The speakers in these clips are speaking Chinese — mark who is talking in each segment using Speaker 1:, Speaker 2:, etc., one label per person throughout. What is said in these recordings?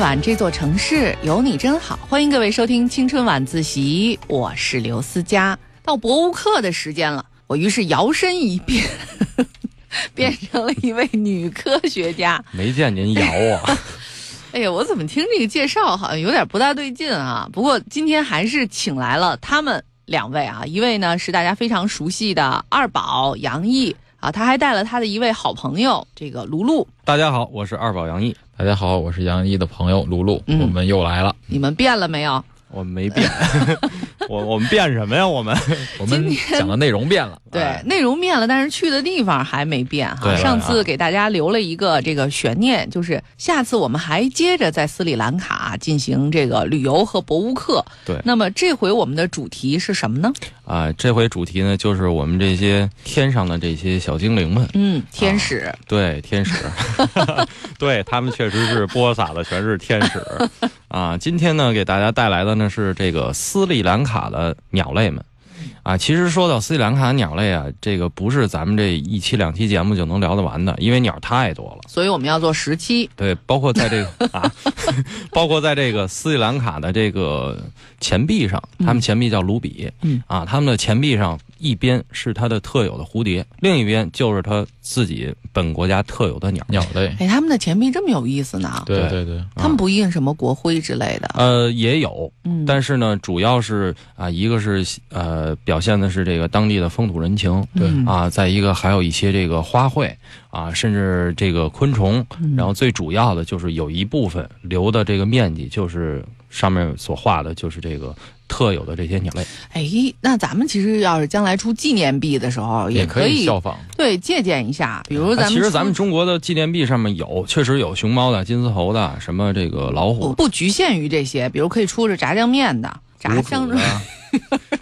Speaker 1: 晚这座城市有你真好，欢迎各位收听青春晚自习，我是刘思佳。到博物课的时间了，我于是摇身一变， 变成了一位女科学家。
Speaker 2: 没见您摇 啊，
Speaker 1: 哎呀，我怎么听这个介绍好像有点不大对劲啊？不过今天还是请来了他们两位啊，一位呢是大家非常熟悉的二宝杨毅啊，他还带了他的一位好朋友这个卢璐。
Speaker 2: 大家好，我是二宝杨毅，
Speaker 3: 大家好，我是杨毅的朋友卢璐，
Speaker 1: 嗯
Speaker 3: 我们又来了。
Speaker 1: 你们变了没有？
Speaker 2: 我们没 变，我我们变什么呀？我们
Speaker 3: 我们讲的内容 变了，
Speaker 1: 对
Speaker 2: 哎，啊
Speaker 1: 内容变了，但是去的地方还没变哈。
Speaker 3: 对
Speaker 1: 上次给大家留了一个这个悬念，就是下次我们还接着在斯里兰卡啊进行这个旅游和博物课。
Speaker 2: 对
Speaker 1: 那么这回我们的主题是什么呢？
Speaker 2: 啊、这回主题呢，就是我们这些天上的这些小精灵们，
Speaker 1: 嗯，天使。
Speaker 2: 对天 使，对他们确实是播撒的全是天使 啊。今天呢，给大家带来的呢是这个斯里兰卡的鸟类们啊。其实说到斯里兰卡鸟类啊，这个不是咱们这一期两期节目就能聊得完的，因为鸟太多了。
Speaker 1: 所以我们要做十期，
Speaker 2: 对，包括在这个啊， 包括在这个斯里兰卡的这个钱币上，他们钱币叫卢比，
Speaker 1: 嗯
Speaker 2: 啊，他们的钱币上一边是它的特有的蝴蝶，另一边就是它自己本国家特有的鸟。
Speaker 3: 鸟类，
Speaker 1: 哎，他们的钱币这么有意思呢？
Speaker 3: 对
Speaker 2: 对
Speaker 3: 对对，
Speaker 1: 他们不印什么国徽之类的，
Speaker 2: 呃，也有，
Speaker 1: 嗯，
Speaker 2: 但是呢，主要是啊、一个是呃，表现的是这个当地的风土人情
Speaker 3: 对
Speaker 1: 嗯，
Speaker 2: 啊，再一个还有一些这个花卉啊，甚至这个昆虫，
Speaker 1: 嗯
Speaker 2: 然后最主要的就是有一部分留的这个面积，就是上面所画的，就是这个特有的这些鸟类。
Speaker 1: 哎，那咱们其实要是将来出纪念币的时候，
Speaker 3: 也
Speaker 1: 可
Speaker 3: 可以
Speaker 1: 以
Speaker 3: 效仿。
Speaker 1: 对借鉴一下，比如
Speaker 2: 啊
Speaker 1: 咱们
Speaker 2: 其实咱们
Speaker 1: 出
Speaker 2: 中国的纪念币上面有，确实有熊猫的、金丝猴的，什么这个老
Speaker 1: 不
Speaker 2: 虎、
Speaker 1: 不局限于这些，比如可以出着炸酱面的炸
Speaker 2: 卤
Speaker 1: 酱
Speaker 2: 煮，的。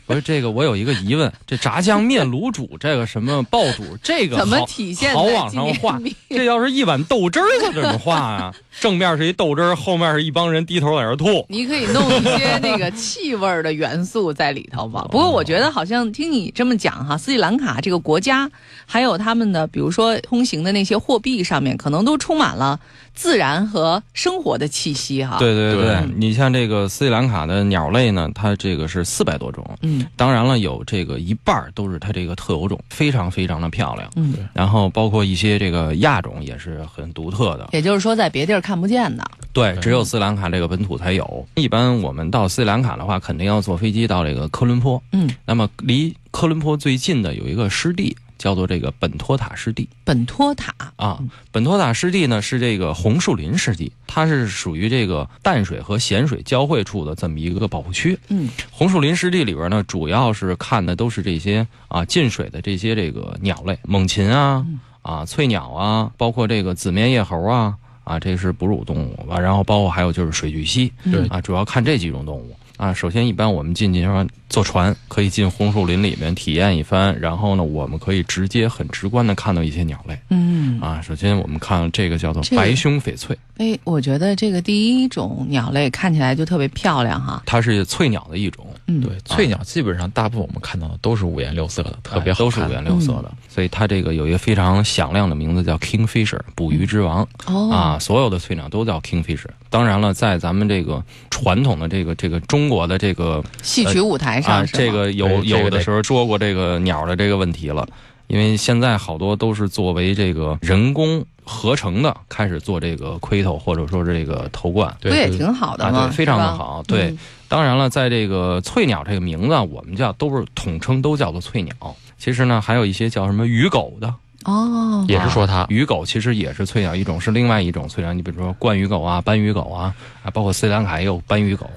Speaker 2: 不是这个，我有一个疑问，这炸酱面、卤煮，这个什么爆煮，这个
Speaker 1: 怎么
Speaker 2: 好
Speaker 1: 体现
Speaker 2: 好
Speaker 1: 在
Speaker 2: 往
Speaker 1: 纪
Speaker 2: 上
Speaker 1: 念
Speaker 2: 画
Speaker 1: 币
Speaker 2: 这要是一碗豆汁儿，可怎么画啊？正面是一豆汁儿，后面是一帮人低头在那儿吐。
Speaker 1: 你可以弄一些那个气味儿的元素在里头吧。不过我觉得好像听你这么讲哈，斯里兰卡这个国家，还有他们的比如说通行的那些货币上面，可能都充满了自然和生活的气息哈。，
Speaker 2: 对对对，
Speaker 3: 对
Speaker 2: 你像这个斯里兰卡的鸟类呢，它这个是四百多种，
Speaker 1: 嗯
Speaker 2: 当然了，有这个一半儿都是它这个特有种，非常非常的漂亮。
Speaker 1: 嗯，
Speaker 2: 然后包括一些这个亚种也是很独特的，
Speaker 1: 也就是说在别地儿看不见的。
Speaker 2: 对，
Speaker 3: 对
Speaker 2: 只有斯里兰卡这个本土才有。一般我们到斯里兰卡的话，肯定要坐飞机到这个科伦坡。
Speaker 1: 嗯，
Speaker 2: 那么离科伦坡最近的有一个湿地，叫做这个本托塔湿地。
Speaker 1: 本托塔，
Speaker 2: 啊，本托塔湿地呢是这个红树林湿地，它是属于这个淡水和咸水交汇处的这么一个保护区。
Speaker 1: 嗯，
Speaker 2: 红树林湿地里边呢，主要是看的都是这些啊近水的这些这个鸟类，猛禽啊
Speaker 1: 嗯、
Speaker 2: 啊翠鸟啊，包括这个紫面叶猴啊啊，这是哺乳动物吧，然后包括还有就是水巨蜥
Speaker 3: 对
Speaker 2: 啊，主要看这几种动物。啊，首先一般我们进去说坐船，可以进红树林里面体验一番，然后呢，我们可以直接很直观的看到一些鸟类。
Speaker 1: 嗯，
Speaker 2: 啊，首先我们看这个叫做
Speaker 1: 这个
Speaker 2: 白胸翡翠，
Speaker 1: 哎，我觉得这个第一种鸟类看起来就特别漂亮哈。
Speaker 2: 它是翠鸟的一种，
Speaker 1: 嗯，
Speaker 3: 对，翠鸟基本上大部分我们看到的都是五颜六色的，特别
Speaker 2: 哎
Speaker 3: 好
Speaker 2: 都是
Speaker 3: 看
Speaker 2: 五颜六色的，所以它这个有一个非常响亮的名字叫 kingfisher，捕鱼之王、
Speaker 1: 哦，
Speaker 2: 啊，所有的翠鸟都叫 kingfisher。当然了，在咱们这个传统的这个这个中国的这个
Speaker 1: 戏曲舞台上
Speaker 2: 啊，
Speaker 1: 是吗
Speaker 2: 这个有
Speaker 3: 对这个
Speaker 2: 有的
Speaker 3: 得
Speaker 2: 时候说过这个鸟的这个问题了，因为现在好多都是作为这个人工合成的，开始做这个盔头或者说是这个头冠。
Speaker 1: 不
Speaker 3: 对
Speaker 1: 也
Speaker 3: 对
Speaker 1: 挺好的
Speaker 2: 啊，
Speaker 1: 吗？
Speaker 2: 对，非常的
Speaker 1: 是吧。嗯
Speaker 2: 好，对，当然了，在这个翠鸟这个名字啊，我们叫都是统称都叫做翠鸟。其实呢，还有一些叫什么鱼狗的，
Speaker 1: 哦，
Speaker 3: 也是说它
Speaker 2: 鱼狗其实也是翠鸟一种，是另外一种翠鸟。你比如说冠鱼狗啊、斑鱼狗啊，啊，包括斯里兰卡也有斑鱼狗。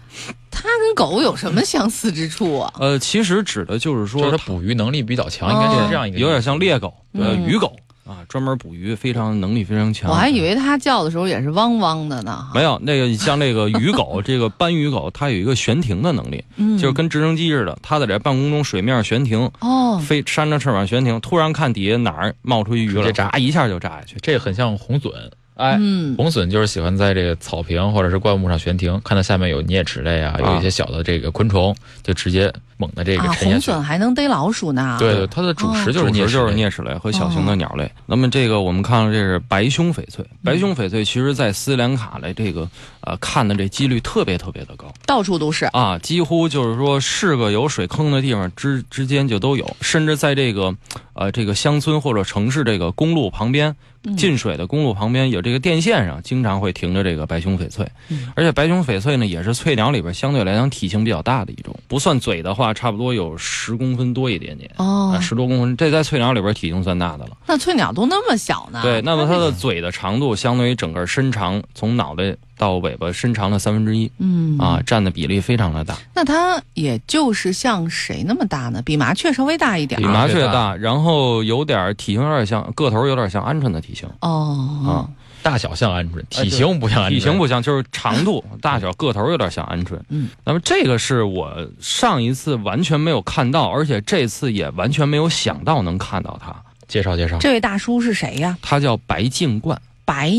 Speaker 1: 它跟狗有什么相似之处啊？
Speaker 2: 呃，其实指的就是
Speaker 3: 就是
Speaker 2: 说
Speaker 3: 它捕鱼能力比较强，应该
Speaker 1: 哦
Speaker 3: 是这样一个，
Speaker 2: 有点像猎狗，呃，
Speaker 1: 嗯
Speaker 2: 鱼狗啊，专门捕鱼，非常能力非常强。嗯
Speaker 1: 我还以为它叫的时候也是汪汪的呢，
Speaker 2: 没有那个像这个鱼狗， 这个斑鱼狗，它有一个悬停的能力，
Speaker 1: 嗯，
Speaker 2: 就是跟直升机似的，它在这半空中水面上悬停，
Speaker 1: 哦，
Speaker 2: 飞扇着翅膀悬停，突然看底下哪儿冒出一鱼
Speaker 3: 直
Speaker 2: 来，
Speaker 3: 接扎
Speaker 2: 啊一下就扎下去。
Speaker 3: 这很像红隼，哎。
Speaker 1: 嗯，
Speaker 3: 红隼就是喜欢在这个草坪或者是灌木上悬停，看到下面有啮齿类啊，
Speaker 2: 啊
Speaker 3: 有一些小的这个昆虫，就直接猛的这个
Speaker 1: 啊，
Speaker 3: 沉下
Speaker 1: 红
Speaker 3: 去。
Speaker 1: 隼哦还能逮老鼠呢，
Speaker 3: 对对，它的主食就是
Speaker 2: 主
Speaker 3: 啮
Speaker 2: 食
Speaker 3: 齿
Speaker 2: 就是
Speaker 3: 类
Speaker 2: 啮齿类和小
Speaker 1: 哦
Speaker 2: 型的鸟
Speaker 1: 嗯
Speaker 2: 类。那么这个我们看到这是白胸翡翠，白胸翡翠其实在斯里兰卡的这个呃看的这几率特别特别的高
Speaker 1: 到处都是。
Speaker 2: 啊，几乎就是说是个有水坑的地方之之间就都有，甚至在这个呃这个乡村或者城市这个公路旁边
Speaker 1: 嗯，
Speaker 2: 进水的公路旁边有这个电线上，经常会停着这个白胸翡翠
Speaker 1: 嗯，
Speaker 2: 而且白胸翡翠呢也是翠鸟里边相对来讲体型比较大的一种，不算嘴的话，差不多有十公分多一点点。
Speaker 1: 哦
Speaker 2: 啊，，十多公分，这在翠鸟里边体型算大的了。
Speaker 1: 那翠鸟都那么小呢？
Speaker 2: 对，那么它的嘴的长度相当于整个身长，从脑袋到尾巴身长的三分之一
Speaker 1: 嗯
Speaker 2: 啊，，占的比例非常的大，
Speaker 1: 那它也就是像谁那么大呢？比麻雀稍微啊大一点
Speaker 2: 比
Speaker 1: 儿。
Speaker 2: 麻
Speaker 3: 麻
Speaker 2: 雀
Speaker 3: 雀大
Speaker 2: 大，然后有点儿体型有点像，个头有点像鹌鹑的体型，啊
Speaker 1: 哦，
Speaker 3: 大小像鹌鹑，
Speaker 2: 对
Speaker 3: 呃体型不像鹌鹑，
Speaker 2: 体型不像，就是长度、大小、个头有点像鹌鹑。
Speaker 1: 嗯，
Speaker 2: 那么这个是我上一次完全没有看到，而且这次也完全没有想到能看到它。
Speaker 3: 介绍介绍，
Speaker 1: 这位大叔是谁呀？
Speaker 2: 它叫白颈冠，
Speaker 1: 白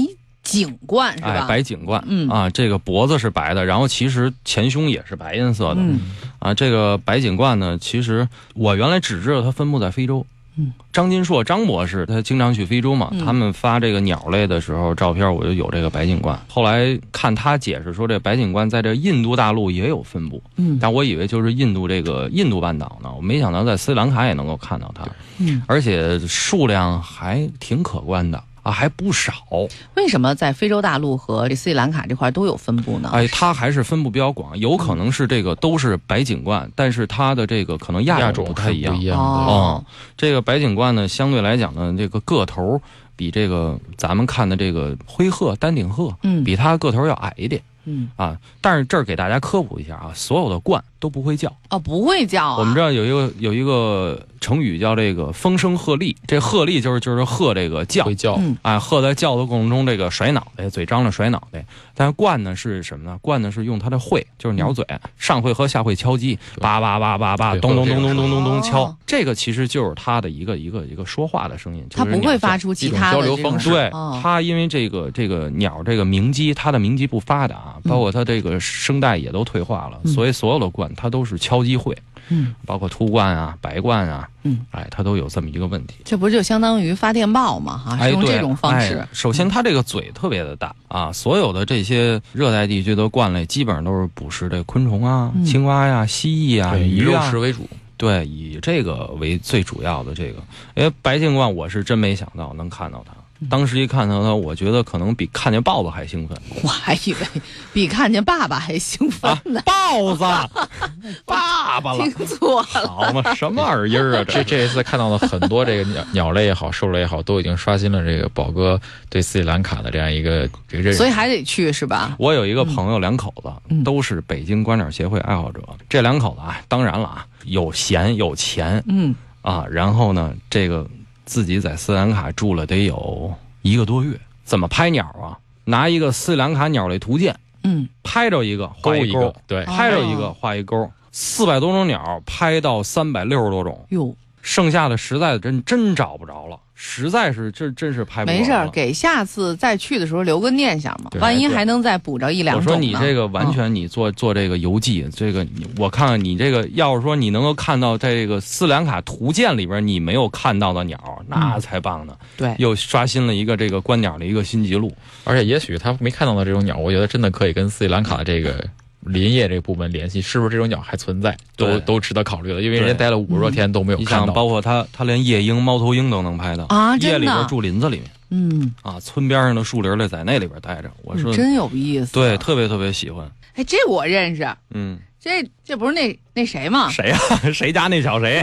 Speaker 1: 景冠是
Speaker 2: 哎
Speaker 1: 吧，？
Speaker 2: 白颈冠，
Speaker 1: 嗯
Speaker 2: 啊，这个脖子是白的，然后其实前胸也是白颜色的，
Speaker 1: 嗯
Speaker 2: 啊，这个白颈冠呢，其实我原来只知道它分布在非洲。
Speaker 1: 嗯，
Speaker 2: 张金硕张博士他经常去非洲嘛，
Speaker 1: 嗯
Speaker 2: 他们发这个鸟类的时候照片，我就有这个白颈冠。后来看他解释说，这白颈冠在这印度大陆也有分布，
Speaker 1: 嗯
Speaker 2: 但我以为就是印度这个印度半岛呢，我没想到在斯里兰卡也能够看到它，
Speaker 1: 嗯，
Speaker 2: 而且数量还挺可观的啊，还不少。
Speaker 1: 为什么在非洲大陆和这斯里兰卡这块都有分布呢？
Speaker 2: 哎，它还是分布比较广，有可能是这个都是白颈冠，但是它的这个可能亚
Speaker 3: 亚
Speaker 2: 种
Speaker 3: 种
Speaker 2: 不
Speaker 3: 它
Speaker 2: 太
Speaker 3: 不
Speaker 2: 一样
Speaker 3: 一。样的，
Speaker 1: 哦，
Speaker 2: 这个白颈冠呢，相对来讲呢，这个个头比这个咱们看的这个灰鹤、丹顶鹤，
Speaker 1: 嗯
Speaker 2: 比它个头要矮一点
Speaker 1: 嗯，
Speaker 2: 啊。但是这儿给大家科普一下啊，所有的冠都不会叫。
Speaker 1: 哦，不会叫啊
Speaker 2: 我们这儿有一个有一个成语叫这个风声鹤唳，这鹤唳就是就是鹤这个叫
Speaker 3: 会叫
Speaker 1: 嗯
Speaker 2: 啊，鹤在叫的过程中，这个甩脑袋，嘴张着甩脑袋。但是冠呢是什么呢？冠呢是用它的喙，就是鸟嘴，上喙和下喙敲击，叭叭叭叭叭，
Speaker 3: 嗯对
Speaker 2: 咚咚
Speaker 3: 会有
Speaker 2: 咚咚咚咚咚
Speaker 1: 哦
Speaker 2: 敲。这个其实就是它的一个一个一个说话的声音，
Speaker 1: 它
Speaker 2: 就是
Speaker 1: 不会
Speaker 2: 鸟叫
Speaker 1: 发。出其他
Speaker 3: 一
Speaker 1: 的
Speaker 3: 种交流
Speaker 1: 这种
Speaker 3: 方式
Speaker 2: 对
Speaker 1: 哦，
Speaker 2: 它因为这个这个鸟这个鸣肌，它的鸣肌不发达啊，
Speaker 1: 嗯
Speaker 2: 包括它这个声带也都退化了，
Speaker 1: 嗯
Speaker 2: 所以所有的冠它都是敲击喙，
Speaker 1: 嗯，
Speaker 2: 包括秃冠啊、白冠啊，
Speaker 1: 嗯，
Speaker 2: 哎，它都有这么一个问题。
Speaker 1: 这不就相当于发电报嘛？哈，
Speaker 2: 哎，
Speaker 1: 啊是用
Speaker 2: 对
Speaker 1: 这种方式嗯
Speaker 2: 哎。首先，它这个嘴特别的大啊，所有的这些热带地区的冠类基本上都是捕食这昆虫啊、
Speaker 1: 嗯
Speaker 2: 青蛙呀、蜥蜴呀、
Speaker 3: 对以
Speaker 2: 鱼
Speaker 3: 肉
Speaker 2: 啊
Speaker 3: 食，为主，
Speaker 2: 对，以这个为最主要的这个。因为白颈冠，我是真没想到能看到它。
Speaker 1: 嗯
Speaker 2: 当时一看到它，我觉得可能比看见豹子还 兴奋
Speaker 1: 我还以为比看见爸爸还兴奋
Speaker 2: 啊
Speaker 1: 呢，！
Speaker 2: 豹子， 爸爸了
Speaker 1: 听，错了。
Speaker 2: 好嘛，什么玩意儿啊？
Speaker 3: 这
Speaker 2: 这
Speaker 3: 这一次看到了很多这个 鸟鸟类也好，兽类也好，都已经刷新了这个宝哥对斯里兰卡的这样一个这个认 识。
Speaker 1: 所以还得去是吧？
Speaker 2: 我有一个朋友，两口子、
Speaker 1: 嗯
Speaker 2: 都是北京观鸟协会爱好者。这两口子啊，当然了啊，有闲有钱
Speaker 1: 嗯，
Speaker 2: 啊，然后呢，这个自己在斯里兰卡住了得有一个多月，怎么拍鸟啊？拿一个斯里兰卡鸟类图鉴，
Speaker 1: 嗯，
Speaker 2: 拍着一个
Speaker 3: 勾
Speaker 2: 画
Speaker 3: 一
Speaker 2: 勾
Speaker 3: 个，，对，
Speaker 1: 哦
Speaker 2: 拍着一个画一勾，四百多种鸟拍到三百六十多种，
Speaker 1: 哟，
Speaker 2: 剩下的实在真真找不着了，实在是这真是拍不完
Speaker 1: 没事儿，
Speaker 2: 了
Speaker 1: 给下次再去的时候留个念想嘛，
Speaker 3: 对
Speaker 1: 万一还能再补着一两
Speaker 2: 我
Speaker 1: 种呢。嗯
Speaker 2: 说你这个完全你做、做这个游记，这个你我看看你这个，要是说你能够看到这个斯里兰卡图鉴里边你没有看到的鸟，那才棒呢！
Speaker 1: 嗯对，
Speaker 2: 又刷新了一个这个观鸟的一个新纪录。
Speaker 3: 而且也许他没看到的这种鸟，我觉得真的可以跟斯里兰卡的这个林业这个部门联系，是不是这种鸟还存在，
Speaker 2: 对
Speaker 3: 都都值得考虑了，因为人家
Speaker 2: 对嗯
Speaker 3: 待了五十多天都没有
Speaker 2: 你
Speaker 3: 看
Speaker 2: 想，
Speaker 3: 到。
Speaker 2: 包括它，它连夜鹰、猫头鹰都能拍到
Speaker 1: 啊真的
Speaker 2: 夜里边住林子里面
Speaker 1: 嗯，
Speaker 2: 啊，村边上的树林里在那里边待着。我说、
Speaker 1: 嗯真有意思。
Speaker 2: 对，，特别特别喜欢。
Speaker 1: 哎，这我认识，
Speaker 2: 嗯，
Speaker 1: 这这不是那那谁吗？《
Speaker 2: 谁呀、 谁家那小谁？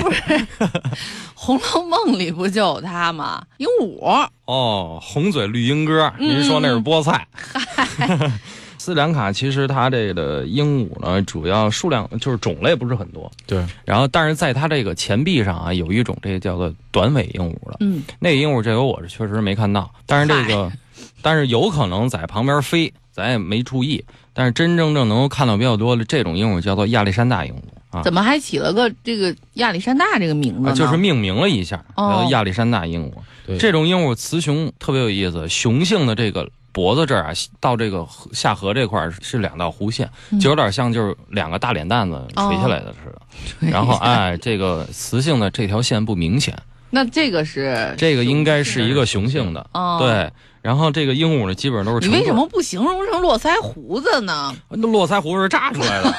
Speaker 1: 红楼梦》里不就有他吗？鹦鹉，
Speaker 2: 哦，红嘴绿鹦哥，
Speaker 1: 嗯
Speaker 2: 您说那是菠 菜。 斯里兰卡其实它这个鹦鹉呢，主要数量就是种类不是很多，
Speaker 3: 对，
Speaker 2: 然后但是在它这个钱币上啊，有一种这叫做短尾鹦鹉了。
Speaker 1: 嗯，
Speaker 2: 那个鹦鹉这回我是确实没看到，但是这个，但是有可能在旁边飞，咱也没注意。但是真正正能够看到比较多的这种鹦鹉叫做亚历山大鹦鹉啊，
Speaker 1: 怎么还起了个这个亚历山大这个名字
Speaker 2: 啊
Speaker 1: 呢？
Speaker 2: 就是命名了一下，
Speaker 1: 哦
Speaker 2: 叫亚历山大鹦鹉。
Speaker 3: 对
Speaker 2: 这种鹦鹉雌雄特别有意思，雄性的这个脖子这儿啊，到这个颌下颌这块儿是两道弧线，
Speaker 1: 嗯哦
Speaker 2: 就有点像就是两个大脸蛋子垂下来的似的。然后哎，这个雌性的这条线不明显，
Speaker 1: 那这个是
Speaker 2: 这个应该是一个雄性的。
Speaker 1: 哦，
Speaker 2: 对，然后这个鹦鹉呢，基本上都是
Speaker 1: 你
Speaker 2: 成
Speaker 1: 为什
Speaker 2: 对
Speaker 1: 么不形容成络腮胡子呢？
Speaker 2: 那络腮胡是炸出 来的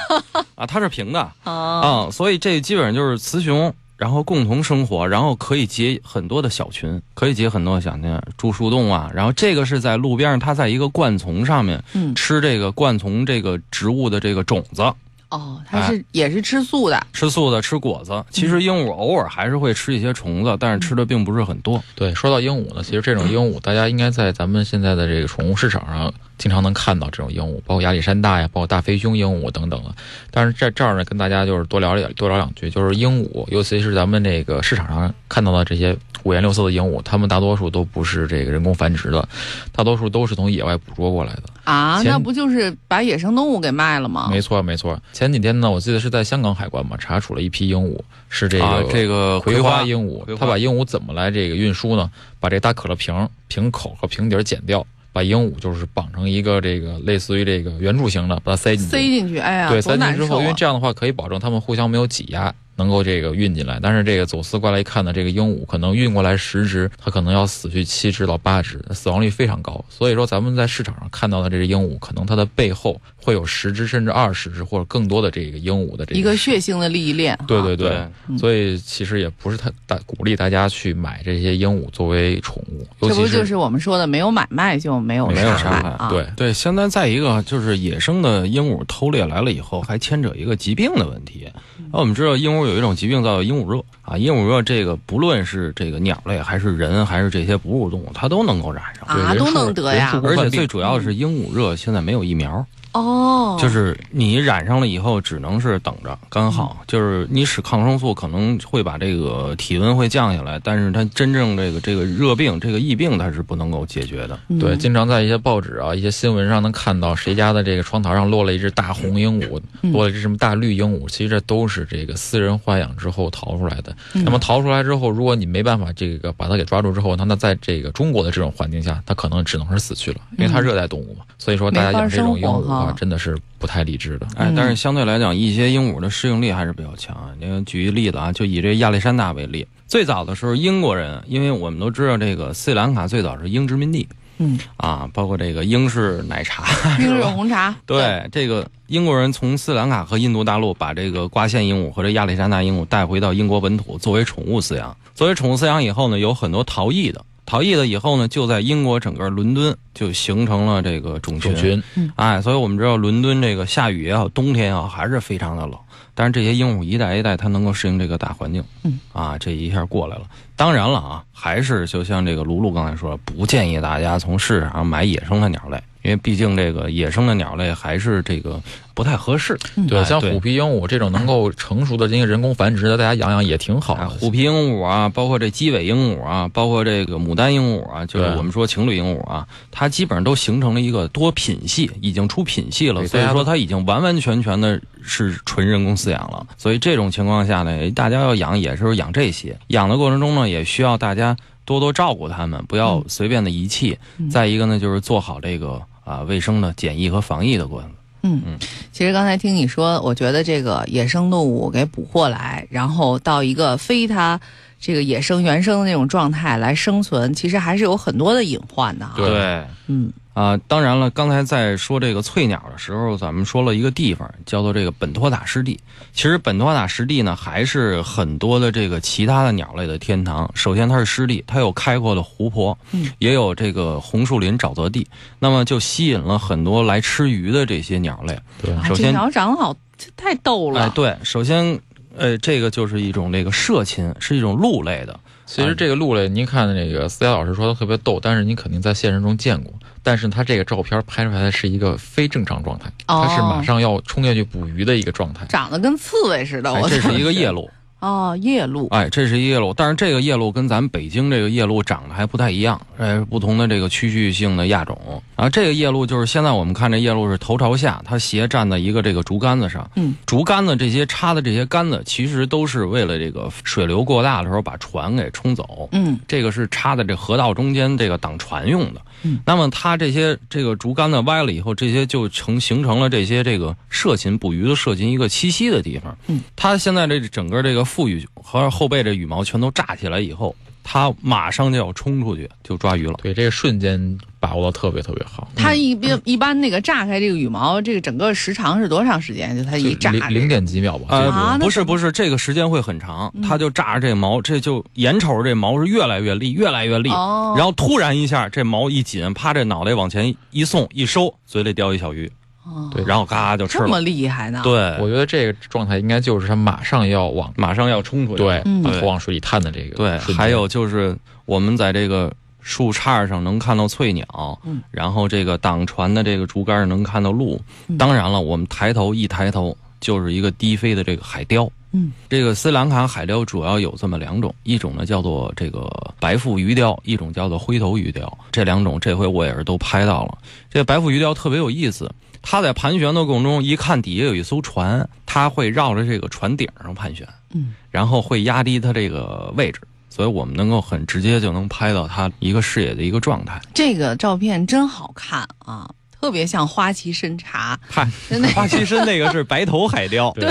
Speaker 2: 啊，它是平的
Speaker 1: 啊，
Speaker 2: 啊，所以这基本上就是雌雄，然后共同生活，然后可以结很多的小群，可以结很多的小群，住树洞啊。然后这个是在路边上，它在一个灌丛上面
Speaker 1: 嗯，
Speaker 2: 吃这个灌丛这个植物的这个种子，
Speaker 1: 哦，
Speaker 3: 啊
Speaker 1: 它是也是吃素的，
Speaker 2: 吃素的吃果子。其实鹦
Speaker 1: 嗯
Speaker 2: 鹉偶尔还是会吃一些虫子，但是吃的并不是很多。
Speaker 3: 对，说到鹦鹉呢，其实这种鹦鹉，大家应该在咱们现在的这个宠物市场上经常能看到这种鹦鹉，包括亚历山大呀，包括大飞胸鹦鹉等等的。但是在这儿呢，跟大家就是多聊两多聊两句，就是鹦鹉，尤其是咱们这个市场上看到的这些五颜六色的鹦鹉，它们大多数都不是这个人工繁殖的，大多数都是从野外捕捉过来的。
Speaker 1: 啊，
Speaker 3: 前
Speaker 1: 那不就是把野生动物给卖了
Speaker 2: 哦
Speaker 1: 吗？
Speaker 3: 没错，没错。前几天呢，我记得是在香港海关嘛，查处了一批鹦鹉，是这个、
Speaker 2: 啊，这个
Speaker 3: 呃葵
Speaker 2: 花
Speaker 3: 花鹦
Speaker 2: 葵
Speaker 3: 鹉，
Speaker 2: 花
Speaker 3: 它把鹦鹉怎么来这个运输呢？把这大可乐瓶儿瓶口和瓶底儿剪掉，把鹦鹉就是绑成一个这个类似于这个圆柱形的，把它塞进去。
Speaker 1: 塞进去，哎呀，
Speaker 3: 对，
Speaker 1: 多
Speaker 3: 塞进去
Speaker 1: 难
Speaker 3: 之
Speaker 1: 受
Speaker 3: 后，因为
Speaker 1: 啊！
Speaker 3: 这样的话可以保证它们互相没有挤压，能够这个运进来。但是这个走私过来一看呢，这个鹦鹉可能运过来十只，它可能要死去七只到八只，死亡率非常高。所以说咱们在市场上看到的这只鹦鹉，可能它的背后会有十只甚至二十只或者更多的这个鹦鹉的这
Speaker 1: 一个血腥的利益链，
Speaker 3: 对
Speaker 1: 啊
Speaker 3: 对对，
Speaker 2: 对
Speaker 1: 嗯
Speaker 3: 所以其实也不是太大鼓励大家去买这些鹦鹉作为宠物，尤
Speaker 1: 这
Speaker 3: 其
Speaker 1: 不就是我们说的没有买卖就没有
Speaker 3: 没有
Speaker 2: 伤
Speaker 1: 害
Speaker 2: 害
Speaker 1: 啊？
Speaker 3: 对，
Speaker 2: 对，现在再一个就是野生的鹦鹉偷猎来了以后，还牵扯一个疾病的问题。
Speaker 1: 嗯
Speaker 2: 那我们知道鹦鹉有一种疾病叫做鹦鹉热啊，鹦鹉热这个不论是这个鸟类还是人还是这些哺乳动物，它都能够染上。
Speaker 1: 啊
Speaker 3: 对人
Speaker 1: 都
Speaker 3: 数
Speaker 1: 能得
Speaker 3: 人
Speaker 1: 呀
Speaker 3: 数
Speaker 2: 而
Speaker 3: 患
Speaker 2: 且
Speaker 3: 病
Speaker 2: 最主要的是，鹦鹉热现在没有疫苗，
Speaker 1: 嗯哦，
Speaker 2: 就是你染上了以后，只能是等着干好。
Speaker 1: 嗯
Speaker 2: 就是你使抗生素可能会把这个体温会降下来，但是它真正这个这个热病这个疫病它是不能够解决的。
Speaker 1: 嗯
Speaker 3: 对，经常在一些报纸啊、一些新闻上能看到谁家的这个窗台上落了一只大红鹦鹉，
Speaker 1: 嗯
Speaker 3: 落了一只什么大绿鹦鹉，其实这都是这个私人豢养之后逃出来的。
Speaker 1: 嗯
Speaker 3: 那么逃出来之后，如果你没办法这个把它给抓住之后，那它在这个中国的这种环境下，它可能只能是死去了，因为它
Speaker 1: 嗯
Speaker 3: 热带动物嘛。所以说，大家
Speaker 1: 没法
Speaker 3: 养这种鹦鹉
Speaker 1: 生
Speaker 3: 的
Speaker 1: 活哈
Speaker 3: 话，真的是不太理智的。
Speaker 2: 哎
Speaker 1: 嗯，
Speaker 2: 但是相对来讲，一些鹦鹉的适应力还是比较强啊。你看举一例子啊，就以这亚历山大为例，最早的时候，英国人，因为我们都知道这个斯里兰卡最早是英殖民地
Speaker 1: 嗯，
Speaker 2: 啊，包括这个英式奶茶，
Speaker 1: 冰热红茶，
Speaker 2: 对，这个英国人从斯里兰卡和印度大陆把这个瓜线鹦鹉和这亚历山大鹦鹉带回到英国本土，作为宠物饲养。作为宠物饲养以后呢，有很多逃逸的，逃逸的以后呢，就在英国整个伦敦就形成了这个种
Speaker 3: 种群
Speaker 2: 哎，所以我们知道伦敦这个下雨也好，冬天也好，还是非常的冷。但是这些鹦鹉一代一代它能够适应这个大环境，
Speaker 1: 嗯
Speaker 2: 啊，这一下过来了。当然了啊，还是就像这个卢卢刚才说，不建议大家从市场上买野生的鸟类，因为毕竟这个野生的鸟类还是这个不太合适。
Speaker 3: 对，
Speaker 2: 哎
Speaker 3: 像
Speaker 2: 对
Speaker 3: 虎皮鹦鹉这种能够成熟的这些人工繁殖的，大家养养也挺好
Speaker 2: 啊，
Speaker 3: 的。
Speaker 2: 虎皮鹦鹉啊，包括这鸡尾鹦鹉啊，包括这个牡丹鹦鹉啊，就是
Speaker 3: 对
Speaker 2: 我们说情侣鹦鹉啊，它基本上都形成了一个多品系，已经出品系了，
Speaker 3: 对
Speaker 2: 所以
Speaker 3: 大家
Speaker 2: 说
Speaker 3: 都
Speaker 2: 它已经完完全全的是纯人工饲养了。所以这种情况下呢，大家要养也是养这些，养的过程中呢，也需要大家多多照顾它们，不要
Speaker 1: 嗯
Speaker 2: 随便的遗弃。
Speaker 1: 嗯
Speaker 2: 再一个呢，就是做好这个啊卫生的检疫和防疫的过程。
Speaker 1: 嗯
Speaker 2: 嗯
Speaker 1: 其实刚才听你说，我觉得这个野生动物给捕获来，然后到一个非它这个野生原生的那种状态来生存，其实还是有很多的隐患的啊。
Speaker 3: 对
Speaker 1: 嗯
Speaker 2: 啊，当然了，刚才在说这个翠鸟的时候，咱们说了一个地方，叫做这个本托塔湿地。其实本托塔湿地呢，还是很多的这个其他的鸟类的天堂。首先，它是湿地，它有开阔的湖泊，
Speaker 1: 嗯
Speaker 2: 也有这个红树林、沼泽地，那么就吸引了很多来吃鱼的这些鸟类。
Speaker 3: 对，
Speaker 1: 啊，
Speaker 2: 嗯首
Speaker 1: 这
Speaker 2: 先
Speaker 1: 鸟长得好，这太逗了。
Speaker 2: 哎，对，首先，呃，这个就是一种这个涉禽，是一种鹿类的。
Speaker 3: 其实这个鹿类，您看那个思佳老师说它特别逗，但是您肯定在现实中见过。但是它这个照片拍出来的是一个非正常状态，
Speaker 1: 哦
Speaker 3: 它是马上要冲下去捕鱼的一个状态。
Speaker 1: 长得跟刺猬似的，
Speaker 2: 哎
Speaker 1: 我
Speaker 2: 这是一个
Speaker 1: 当时
Speaker 2: 夜鹭，
Speaker 1: 哦，夜鹭
Speaker 2: 哎，这是夜鹭，但是这个夜鹭跟咱们北京这个夜鹭长得还不太一样，哎，不同的这个区域性的亚种。啊，这个夜鹭就是现在我们看这夜鹭是头朝下，它斜站在一个这个竹竿子上。
Speaker 1: 嗯，
Speaker 2: 竹竿子这些插的这些杆子，其实都是为了这个水流过大的时候把船给冲走。
Speaker 1: 嗯
Speaker 2: 这个是插在这河道中间，这个挡船用的。
Speaker 1: 嗯
Speaker 2: 那么它这些这个竹竿子歪了以后，这些就成形成了这些这个涉禽捕鱼的涉禽一个栖息的地方。
Speaker 1: 嗯，
Speaker 2: 它现在这整个这个腹羽和后背这羽毛全都炸起来以后，它马上就要冲出去就抓鱼了。
Speaker 3: 对，这个瞬间把握的特别特别好。
Speaker 2: 嗯
Speaker 1: 它一边一般那个炸开这个羽毛，这个整个时长是多长时间？就它一炸，
Speaker 3: 嗯零零点几秒吧，
Speaker 2: 呃，
Speaker 3: 最
Speaker 1: 啊
Speaker 3: 多。
Speaker 1: 那
Speaker 2: 不是
Speaker 1: 怎么
Speaker 2: 不是，这个时间会很长
Speaker 1: 嗯，
Speaker 2: 它就炸着这毛，这就眼瞅着这毛是越来越利，越来越利，
Speaker 1: 哦，
Speaker 2: 然后突然一下这毛一紧，啪，这脑袋往前一送一收，嘴里叼一小鱼，
Speaker 1: 哦
Speaker 3: 对
Speaker 2: 然后嘎就吃
Speaker 1: 这
Speaker 2: 了。
Speaker 1: 么厉害呢？，
Speaker 3: 我
Speaker 2: 对，
Speaker 3: 觉得这个状态应该就是它马上要往
Speaker 2: 马上要冲出去。
Speaker 3: 对
Speaker 1: 嗯
Speaker 3: 把头往水里探的这个
Speaker 2: 对，
Speaker 3: 瞬间
Speaker 2: 还有就是我们在这个树杈上能看到翠鸟，
Speaker 1: 嗯
Speaker 2: 然后这个挡船的这个竹竿上能看到鹿。
Speaker 1: 嗯
Speaker 2: 当然了，我们抬头一抬头就是一个低飞的这个海雕。
Speaker 1: 嗯，
Speaker 2: 这个斯里兰卡海雕主要有这么两种，一种呢叫做这个白腹鱼雕，一种叫做灰头鱼雕。这两种这回我也是都拍到了。这个白腹鱼雕特别有意思，它在盘旋的过程中，一看底下有一艘船，它会绕着这个船顶上盘旋，
Speaker 1: 嗯，
Speaker 2: 然后会压低它这个位置，所以我们能够很直接就能拍到它一个视野的一个状态。
Speaker 1: 这个照片真好看啊，特别像花旗参茶，
Speaker 2: 嗨，
Speaker 1: 真的。
Speaker 2: 花旗参那个是白头 海雕，
Speaker 3: 对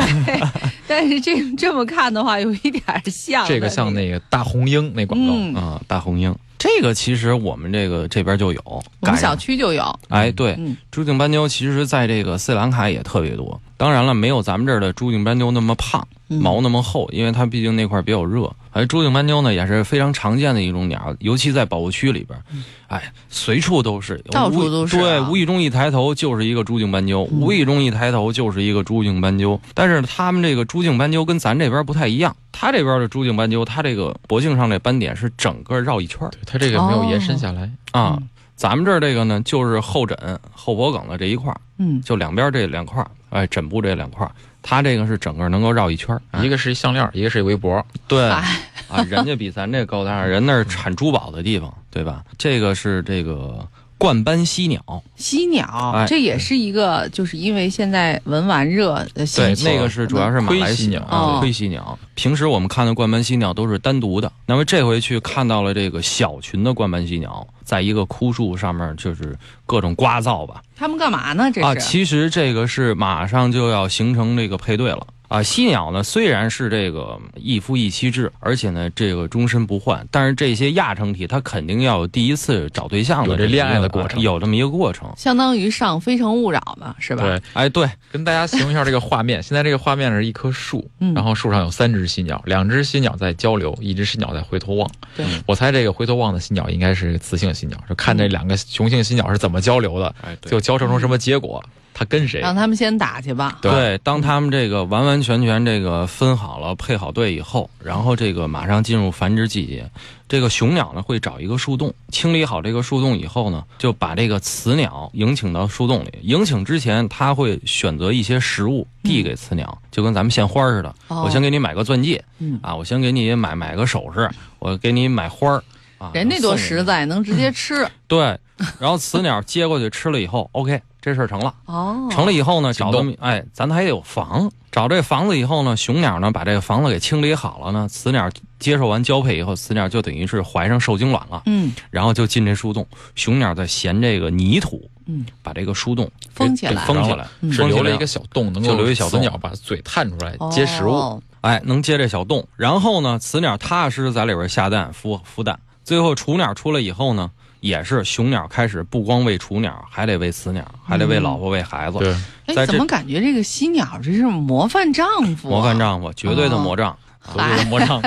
Speaker 1: 但是这这么看的话，有一点儿像
Speaker 3: 这
Speaker 1: 的
Speaker 3: 个像那个大红鹰那广告，
Speaker 1: 嗯，
Speaker 2: 啊、大红鹰。这个其实我们这个这边就有，
Speaker 1: 我们
Speaker 2: 赶上
Speaker 1: 小区就有，
Speaker 2: 哎，对，
Speaker 1: 嗯
Speaker 2: 朱颈斑鸠其实在这个斯里兰卡也特别多。当然了，没有咱们这儿的朱颈斑鸠那么胖，
Speaker 1: 嗯
Speaker 2: 毛那么厚，因为它毕竟那块儿比较热。而朱颈斑鸠呢，也是非常常见的一种鸟，尤其在保护区里边儿，哎，随处都是，
Speaker 1: 嗯到处
Speaker 2: 无
Speaker 1: 都是啊
Speaker 2: 对，无意中一抬头就是一个朱颈斑鸠，
Speaker 1: 嗯
Speaker 2: 无意中一抬头就是一个朱颈斑鸠。但是它们这个朱颈斑鸠跟咱这边儿不太一样，它这边儿的朱颈斑鸠，它这个脖颈上这斑点是整个绕一圈儿
Speaker 3: 对它这个没有延伸下来，
Speaker 2: 啊。
Speaker 1: 嗯
Speaker 2: 咱们这儿这个呢，就是后枕、后脖梗的这一块儿。
Speaker 1: 嗯，
Speaker 2: 就两边这两块儿，哎，枕部这两块儿，它这个是整个能够绕一圈儿。
Speaker 3: 一
Speaker 2: 个
Speaker 3: 个是一项链，一个是一围脖，
Speaker 2: 哎对啊
Speaker 1: 哎，
Speaker 2: 人家比咱这高大，人那儿产珠宝的地方，对吧？这个是这个冠斑犀鸟，
Speaker 1: 犀鸟
Speaker 2: 哎
Speaker 1: 这也是一个，就是因为现在文玩热，呃，
Speaker 2: 对
Speaker 1: 兴，起
Speaker 2: 嗯那个是主要是马来西
Speaker 3: 犀鸟
Speaker 1: 哦
Speaker 2: 啊，灰犀鸟。平时我们看的冠斑犀鸟都是单独的，那么这回去看到了这个小群的冠斑犀鸟，在一个枯树上面就是各种刮噪吧，
Speaker 1: 他们干嘛呢？这
Speaker 2: 啊，
Speaker 1: 是
Speaker 2: 其实这个是马上就要形成这个配对了。啊，犀鸟呢虽然是这个一夫一妻制，而且呢这个终身不换，但是这些亚成体它肯定要有第一次找对象的
Speaker 3: 有这
Speaker 2: 么一个啊
Speaker 3: 恋爱的过程
Speaker 2: 有这么一个过程。
Speaker 1: 相当于上《非诚勿扰》呢，是吧？
Speaker 3: 对，
Speaker 2: 哎，对，
Speaker 3: 跟大家形容一下这个画面。现在这个画面是一棵树，
Speaker 1: 嗯
Speaker 3: 然后树上有三只犀鸟，两只犀鸟在交流，一只犀鸟在回头望。
Speaker 1: 对
Speaker 3: 我猜这个回头望的犀鸟应该是雌性犀鸟，就看
Speaker 1: 嗯
Speaker 3: 这两个雄性犀鸟是怎么交流的，
Speaker 2: 哎，对
Speaker 3: 就交流成什么结果，它跟谁。
Speaker 1: 让他们先打去吧。
Speaker 3: 对
Speaker 2: 对，当他们这个完完全全这个分好了、配好队以后，然后这个马上进入繁殖季节，这个雄鸟呢会找一个树洞，清理好这个树洞以后呢，就把这个雌鸟迎请到树洞里。迎请之前，它会选择一些食物递给雌鸟，就跟咱们献花似的。
Speaker 1: 哦
Speaker 2: 我先给你买个钻戒
Speaker 1: 嗯，
Speaker 2: 啊，我先给你买买个首饰，我给你买花儿啊。
Speaker 1: 人家多实
Speaker 2: 在。
Speaker 1: 在，能直接吃
Speaker 2: 对，然后雌鸟接过去吃了以后，OK，这事儿成了。
Speaker 1: 哦。
Speaker 2: 成了以后呢，
Speaker 3: 行
Speaker 2: 找
Speaker 3: 动
Speaker 2: 这么哎，咱还得有房。找这房子以后呢，雄鸟呢把这个房子给清理好了呢，雌鸟接受完交配以后，雌鸟就等于是怀上受精卵了，
Speaker 1: 嗯，
Speaker 2: 然后就进这树洞。雄鸟在衔这个泥土，
Speaker 1: 嗯，
Speaker 2: 把这个树洞
Speaker 1: 封起来
Speaker 2: 给封起来，
Speaker 1: 嗯
Speaker 3: 只
Speaker 2: 封起
Speaker 3: 留了
Speaker 2: 来
Speaker 3: 一个小洞，能
Speaker 2: 就
Speaker 3: 够
Speaker 2: 留一小
Speaker 3: 雌
Speaker 2: 洞
Speaker 3: 鸟把嘴探出来接食物。
Speaker 1: 哦
Speaker 2: 哎，能接这小洞。然后呢，雌鸟踏踏实实在里边下蛋孵孵蛋。最后雏鸟出来以后呢，也是雄鸟开始不光喂雏鸟，还得喂雌鸟，还得喂
Speaker 1: 嗯
Speaker 2: 老婆喂孩子。
Speaker 3: 对，
Speaker 1: 哎，
Speaker 2: 在这
Speaker 1: 怎么感觉这个犀鸟这是模范丈夫、啊哎
Speaker 2: 模范，丈夫，绝对的魔丈。
Speaker 3: 所谓的魔障。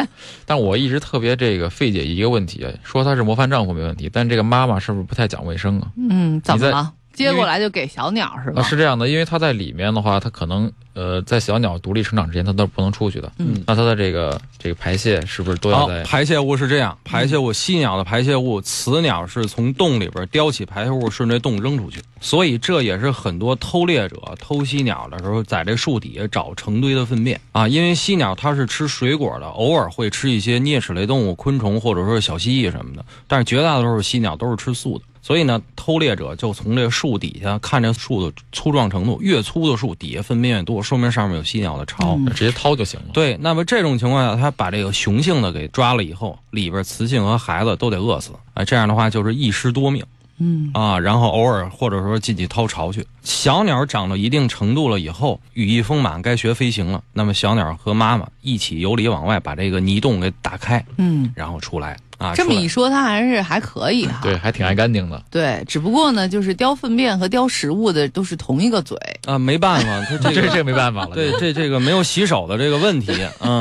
Speaker 3: 但我一直特别这个费解一个问题，说她是模范丈夫没问题，但这个妈妈是不是不太讲卫生啊？
Speaker 1: 嗯，怎么了？
Speaker 3: 因为
Speaker 1: 接过来就给小鸟是吧？
Speaker 3: 啊，是这样的，因为它在里面的话，它可能呃，在小鸟独立成长之前，它都是不能出去的。
Speaker 1: 嗯，
Speaker 3: 那它的这个这个排泄是不是都要
Speaker 2: 好，
Speaker 3: 在？
Speaker 2: 排泄物是这样，排泄物犀鸟的排泄物，雌鸟是从洞里边叼起排泄物，顺着洞扔出去。所以这也是很多偷猎者偷犀鸟的时候，在这树底下找成堆的粪便啊，因为犀鸟它是吃水果的，偶尔会吃一些啮齿类动物、昆虫或者说是小蜥蜴什么的，但是绝大多数犀鸟都是吃素的。所以呢，偷猎者就从这树底下看这树的粗壮程度，越粗的树底下粪便越多，说明上面有犀鸟的巢。
Speaker 1: 嗯
Speaker 3: 直接掏就行了。
Speaker 2: 对，那么这种情况下，他把这个雄性的给抓了以后，里边雌性和孩子都得饿死啊。这样的话就是一尸多命
Speaker 1: 嗯，
Speaker 2: 啊。然后偶尔或者说进去掏巢去。小鸟长到一定程度了以后，羽翼丰满，该学飞行了。那么小鸟和妈妈一起由里往外把这个泥洞给打开，
Speaker 1: 嗯，
Speaker 2: 然后出来啊，
Speaker 1: 这么
Speaker 2: 出来
Speaker 1: 一说，它还是还可以哈。
Speaker 3: 对，还挺爱干净的。
Speaker 1: 对只不过呢，就是叼粪便和叼食物的都是同一个嘴。
Speaker 2: 啊，没办法，他
Speaker 3: 这
Speaker 2: 这个
Speaker 3: 这没办法了。
Speaker 2: 对，这这个没有洗手的这个问题，嗯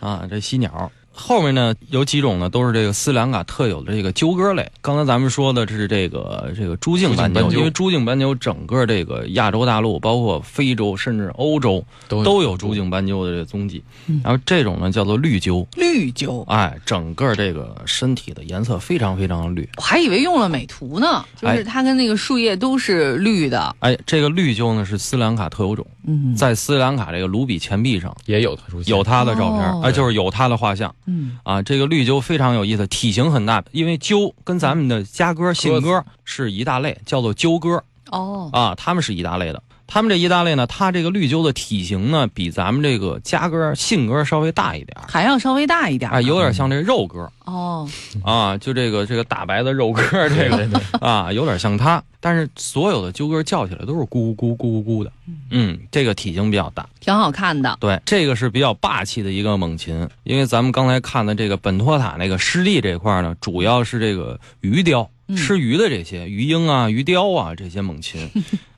Speaker 2: 啊，这犀鸟。后面呢有几种呢，都是这个斯里兰卡特有的这个鸠鸽类。刚才咱们说的是这个这个朱颈斑
Speaker 3: 朱颈
Speaker 2: 鸠，
Speaker 3: 斑鸠
Speaker 2: 因为朱颈斑鸠整个这个亚洲大陆，包括非洲甚至欧洲
Speaker 3: 都
Speaker 2: 都有朱颈斑鸠的这个踪迹。
Speaker 1: 嗯
Speaker 2: 然后这种呢叫做绿鸠，
Speaker 1: 绿鸠，
Speaker 2: 哎，整个这个身体的颜色非常非常绿。
Speaker 1: 我还以为用了美图呢，就是
Speaker 2: 哎
Speaker 1: 它跟那个树叶都是绿的。
Speaker 2: 哎，这个绿鸠呢是斯里兰卡特有种，
Speaker 1: 嗯
Speaker 2: 在斯里兰卡这个卢比钱币上
Speaker 3: 也有它出现，
Speaker 2: 有它的照片，
Speaker 1: 哦
Speaker 2: 哎，就是有它的画像。
Speaker 1: 嗯，
Speaker 2: 啊，这个绿鸠非常有意思，体型很大，因为鸠跟咱们的家鸽、
Speaker 3: 嗯
Speaker 2: 信鸽是一大类，叫做鸠鸽
Speaker 1: 哦，
Speaker 2: 啊，它们是一大类的。它们这一大类呢，它这个绿鸠的体型呢，比咱们这个家鸽、信鸽稍微大一点儿，
Speaker 1: 还要稍微大一点儿
Speaker 2: 啊，有点像这肉鸽
Speaker 1: 哦，
Speaker 2: 啊，就这个这个大白的肉鸽这
Speaker 3: 对
Speaker 2: 个
Speaker 3: 对对，
Speaker 2: 啊，有点像它。但是所有的鸠鸽叫起来都是咕咕咕咕咕咕的，嗯，这个体型比较大。
Speaker 1: 挺好看的。
Speaker 2: 对，这个是比较霸气的一个猛禽，因为咱们刚才看的这个本托塔那个湿地这块儿呢，主要是这个鱼雕，
Speaker 1: 嗯
Speaker 2: 吃鱼的这些鱼鹰啊、鱼雕啊这些 猛禽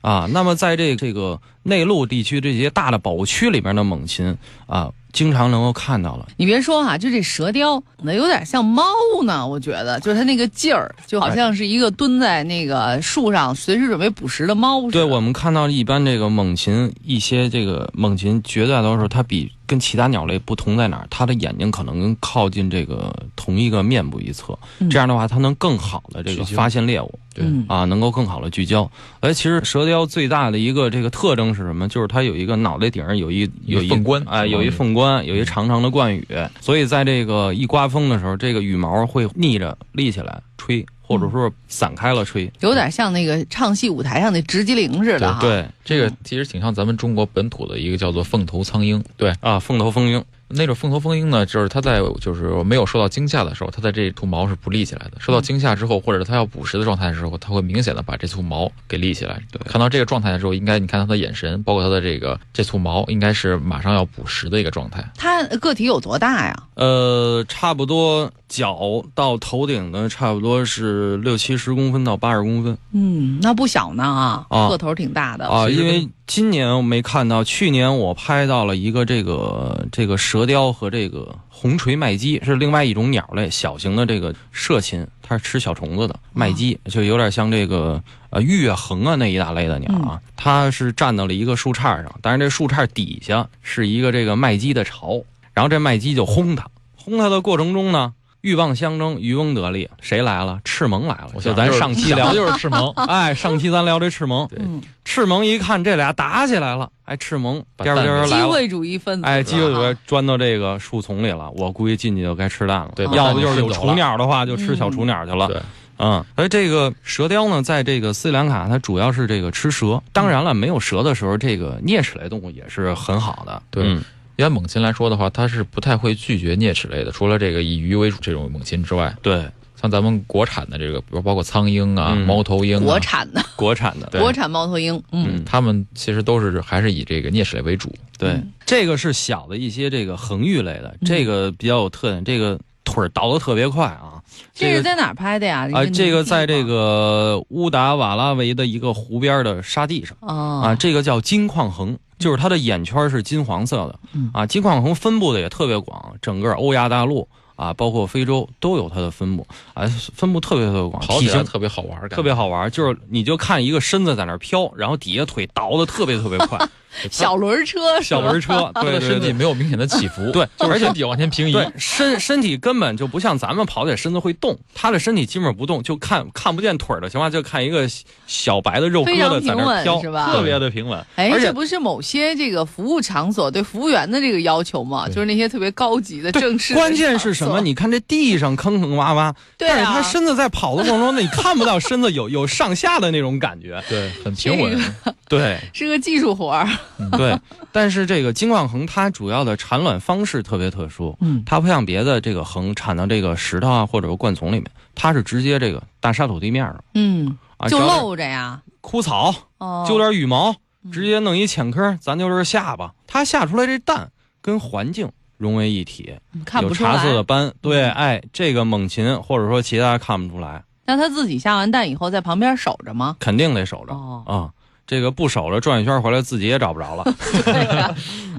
Speaker 2: 啊。那么在这这个内陆地区这些大的保护区里面的猛禽啊，经常能够看到了。
Speaker 1: 你别说哈、就这蛇雕，那有点像猫呢。我觉得，就是它那个劲儿，就好像是一个蹲在那个树上随时准备捕食的猫似的。
Speaker 2: 对我们看到一般这个猛禽，一些这个猛禽绝大多数它比跟其他鸟类不同在哪儿？它的眼睛可能更靠近这个同一个面部一侧，
Speaker 1: 嗯
Speaker 2: 这样的话它能更好的这个
Speaker 3: 聚焦
Speaker 2: 发现猎物。
Speaker 3: 对
Speaker 1: 嗯
Speaker 2: 啊，能够更好的聚焦。哎，其实蛇雕最大的一个这个特征是什么？就是它有一个脑袋顶上有一有一
Speaker 3: 凤冠
Speaker 2: 哎，有一凤冠，有一长长的冠羽，所以在这个一刮风的时候，这个羽毛会逆着立起来吹，或者说散开了吹。
Speaker 1: 有点像那个唱戏舞台上的直机灵似的哈。
Speaker 2: 对
Speaker 3: 这个其实挺像咱们中国本土的一个叫做凤头苍鹰，对，
Speaker 2: 啊，凤头蜂鹰
Speaker 3: 那种凤头蜂鹰呢，就是它在就是没有受到惊吓的时候，它的这簇毛是不立起来的。受
Speaker 2: 嗯
Speaker 3: 到惊吓之后，或者是它要捕食的状态的时候，它会明显的把这簇毛给立起来。
Speaker 2: 对
Speaker 3: 看到这个状态的时候，应该你看它的眼神，包括它的这个这簇毛，应该是马上要捕食的一个状态。
Speaker 1: 它个体有多大呀？
Speaker 2: 呃，差不多脚到头顶呢，差不多是六七十公分到八十公分。
Speaker 1: 嗯，那不小呢啊，
Speaker 2: 啊
Speaker 1: 个头挺大的。
Speaker 2: 啊，
Speaker 3: 其实
Speaker 2: 因
Speaker 3: 跟
Speaker 2: 为今年我没看到，去年我拍到了一个这个这个蛇雕和这个红锤麦鸡是另外一种鸟类，小型的这个涉禽，它是吃小虫子的。麦鸡
Speaker 3: 嗯
Speaker 2: 就有点像这个呃月横啊那一大类的鸟啊，它是站到了一个树杈上，但是这树杈底下是一个这个麦鸡的巢，然后这麦鸡就轰它，轰它的过程中呢。鹬蚌相争，渔翁得利。谁来了？赤萌来了。
Speaker 3: 我
Speaker 2: 就
Speaker 3: 想
Speaker 2: 咱
Speaker 3: 是
Speaker 2: 上期
Speaker 3: 想
Speaker 2: 聊，
Speaker 3: 的， 就是赤萌
Speaker 2: 哎，上期咱聊这赤萌，
Speaker 3: 对
Speaker 1: 嗯，
Speaker 2: 赤萌一看这俩打起来了，哎，赤萌
Speaker 3: 把
Speaker 2: 颠儿
Speaker 3: 蛋
Speaker 2: 颠儿
Speaker 3: 给
Speaker 1: 机
Speaker 2: 来了。
Speaker 1: 会主义分子。
Speaker 2: 哎，机会主
Speaker 1: 啊
Speaker 2: 义钻到这个树丛里了，我估计进去就该吃蛋了。
Speaker 3: 对
Speaker 1: 把
Speaker 2: 要
Speaker 1: 蛋
Speaker 2: 不
Speaker 3: 给
Speaker 2: 就是
Speaker 3: 吃
Speaker 2: 有
Speaker 3: 走
Speaker 2: 雏
Speaker 3: 了
Speaker 2: 鸟的话，就吃小
Speaker 1: 嗯
Speaker 2: 雏鸟去了。
Speaker 3: 对，
Speaker 2: 嗯，而这个蛇雕呢，在这个斯里兰卡，它主要是这个吃蛇。当然了，没有蛇的时候，这个啮齿类动物也是很好的。
Speaker 3: 对
Speaker 2: 嗯
Speaker 3: 一般猛禽来说的话，它是不太会拒绝啮齿类的，除了这个以鱼为主这种猛禽之外，
Speaker 2: 对，
Speaker 3: 像咱们国产的这个，比如包括苍鹰啊、
Speaker 2: 嗯
Speaker 3: 猫头鹰啊，
Speaker 1: 国产的
Speaker 2: 国产的。
Speaker 3: 对
Speaker 1: 国产猫头鹰，嗯
Speaker 2: 嗯，
Speaker 3: 它们其实都是还是以这个啮齿类为主。
Speaker 2: 对
Speaker 1: 嗯，
Speaker 2: 这个是小的一些这个恒玉类的，
Speaker 1: 嗯
Speaker 2: 这个比较有特点，这个腿儿倒得特别快啊。
Speaker 1: 这
Speaker 2: 个
Speaker 1: 是在哪儿拍的呀？
Speaker 2: 啊，
Speaker 1: 一
Speaker 2: 这个在这
Speaker 1: 地方
Speaker 2: 个乌达瓦拉维的一个湖边的沙地上啊，
Speaker 1: 哦
Speaker 2: 这个叫金矿衡，就是它的眼圈是金黄色的
Speaker 1: 嗯
Speaker 2: 啊。金矿衡分布的也特别广，整个欧亚大陆啊，包括非洲都有它的分布啊，分布特别特别广，
Speaker 3: 跑
Speaker 2: 哦体
Speaker 3: 起来
Speaker 2: 型
Speaker 3: 特别好玩，
Speaker 2: 特别好玩，就是你就看一个身子在那儿飘，然后底下腿倒的特别特别 快，
Speaker 1: 小轮车是
Speaker 2: 小
Speaker 1: 吧
Speaker 2: 轮车，
Speaker 3: 他
Speaker 2: 对
Speaker 3: 的
Speaker 2: 对
Speaker 3: 身
Speaker 2: 对
Speaker 3: 体没有明显的起伏，
Speaker 2: 对就是
Speaker 3: 而且底往前平移，
Speaker 2: 对身身体根本就不像咱们跑起来身子会动，他的身体基本不动，就看看不见腿儿的情况下，就看一个小小白的肉疙
Speaker 1: 非常
Speaker 2: 瘩在那
Speaker 1: 平
Speaker 2: 儿飘，
Speaker 1: 稳是吧
Speaker 2: 特别的平稳。
Speaker 1: 哎，
Speaker 2: 而且
Speaker 1: 这不是某些这个服务场所对服务员的这个要求吗？
Speaker 3: 对
Speaker 1: 就是那些特别高级的 正式的
Speaker 2: 关键是什么？
Speaker 1: 场所
Speaker 2: 你看这地上坑坑洼洼，
Speaker 1: 对
Speaker 2: 但是
Speaker 1: 啊
Speaker 2: 他，身子在跑的过程中呢，你看不到身 子有有上下的那种感觉。
Speaker 3: 对，很平
Speaker 1: 这
Speaker 3: 稳。
Speaker 2: 对，
Speaker 1: 是个技术活儿。
Speaker 2: 对，但是这个金矿衡它主要的产卵方式特别特殊，
Speaker 1: 嗯
Speaker 2: 它不像别的这个衡产到这个石头啊或者灌丛里面，它是直接这个大沙土地面上
Speaker 1: 嗯，
Speaker 2: 啊，
Speaker 1: 就
Speaker 2: 找点
Speaker 1: 露着呀。
Speaker 2: 枯草，
Speaker 1: 哦，
Speaker 2: 揪点羽毛，
Speaker 1: 嗯
Speaker 2: 直接弄一浅坑，咱就是下巴。它下出来这蛋跟环境融为一体，
Speaker 1: 看
Speaker 2: 有
Speaker 1: 不出
Speaker 2: 茶色的
Speaker 1: 来。嗯
Speaker 2: 斑。对，哎，这个猛禽或者说其他看不出来，
Speaker 1: 那他自己下完蛋以后在旁边守着吗？
Speaker 2: 肯定得守着啊、
Speaker 1: 哦，
Speaker 2: 这个不守着转一圈回来自己也找不着了。
Speaker 1: 对呀、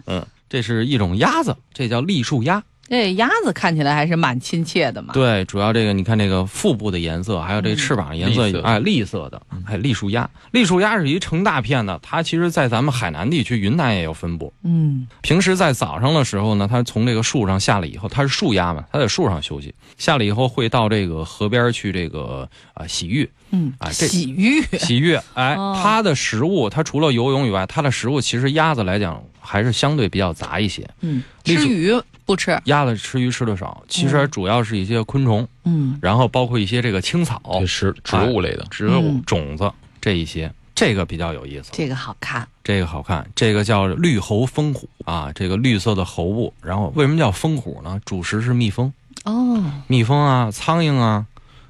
Speaker 2: 嗯，这是一种鸭子，这叫栗树鸭。
Speaker 1: 这鸭子看起来还是蛮亲切的嘛。
Speaker 2: 对，主要这个你看这个腹部的颜色，还有这翅膀的颜色
Speaker 3: 嗯栗色，嗯
Speaker 2: 哎，栗色的，哎，栗树鸭，栗树鸭是一成大片的，它其实在咱们海南地区、云南也有分布。
Speaker 1: 嗯，
Speaker 2: 平时在早上的时候呢，它从这个树上下来以后，它是树鸭嘛，它在树上休息，下来以后会到这个河边去这个啊、呃洗 浴，
Speaker 1: 嗯
Speaker 2: 啊这
Speaker 1: 洗浴
Speaker 2: 洗浴，哎，
Speaker 1: 哦
Speaker 2: 它的食物，它除了游泳以外，它的食物其实鸭子来讲还是相对比较杂一些，
Speaker 1: 嗯，
Speaker 2: 栗树
Speaker 1: 吃鱼不吃，
Speaker 2: 鸭子吃鱼吃的少，其实主要是一些昆虫，
Speaker 1: 嗯，
Speaker 2: 然后包括一些这个青草，
Speaker 3: 对植植物类的，
Speaker 2: 植物
Speaker 1: 嗯
Speaker 2: 种子这一些，这个比较有意思，
Speaker 1: 这个好看，
Speaker 2: 这个好看，这个叫绿喉蜂虎啊，这个绿色的喉部。然后为什么叫蜂虎呢？主食是蜜蜂，
Speaker 1: 哦，
Speaker 2: 蜜蜂啊，苍蝇啊，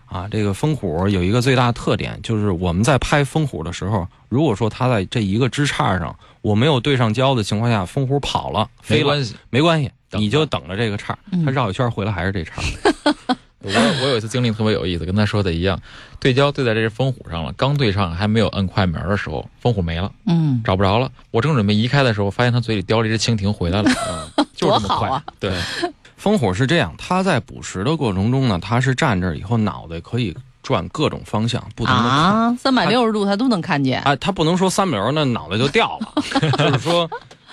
Speaker 2: 啊，这个蜂虎有一个最大的特点，就是我们在拍蜂虎的时候，如果说它在这一个枝杈上，我没有对上焦的情况下，蜂虎跑了，
Speaker 3: 哎没
Speaker 2: 飞了，
Speaker 3: 关系。
Speaker 2: 没关系，
Speaker 3: 等
Speaker 2: 你就等着这个杈，
Speaker 1: 嗯
Speaker 2: 它绕一圈回来还是这杈。
Speaker 3: 我我有一次经历特别有意思，跟他说的一样，对焦对在这只蜂虎上了，刚对上还没有摁快门的时候，蜂虎没了，
Speaker 1: 嗯，
Speaker 3: 找不着了。我正准备移开的时候，发现他嘴里叼着一只蜻蜓回来了，嗯
Speaker 2: 就是这么
Speaker 1: 多好
Speaker 2: 快
Speaker 1: 啊！
Speaker 3: 对，
Speaker 2: 蜂虎是这样，它在捕食的过程中呢，它是站这儿以后，脑袋可以转各种方向，不同的看。
Speaker 1: 啊，三百六十度他都能看见，
Speaker 2: 啊，它不能说三秒那脑袋就掉了， 就是说，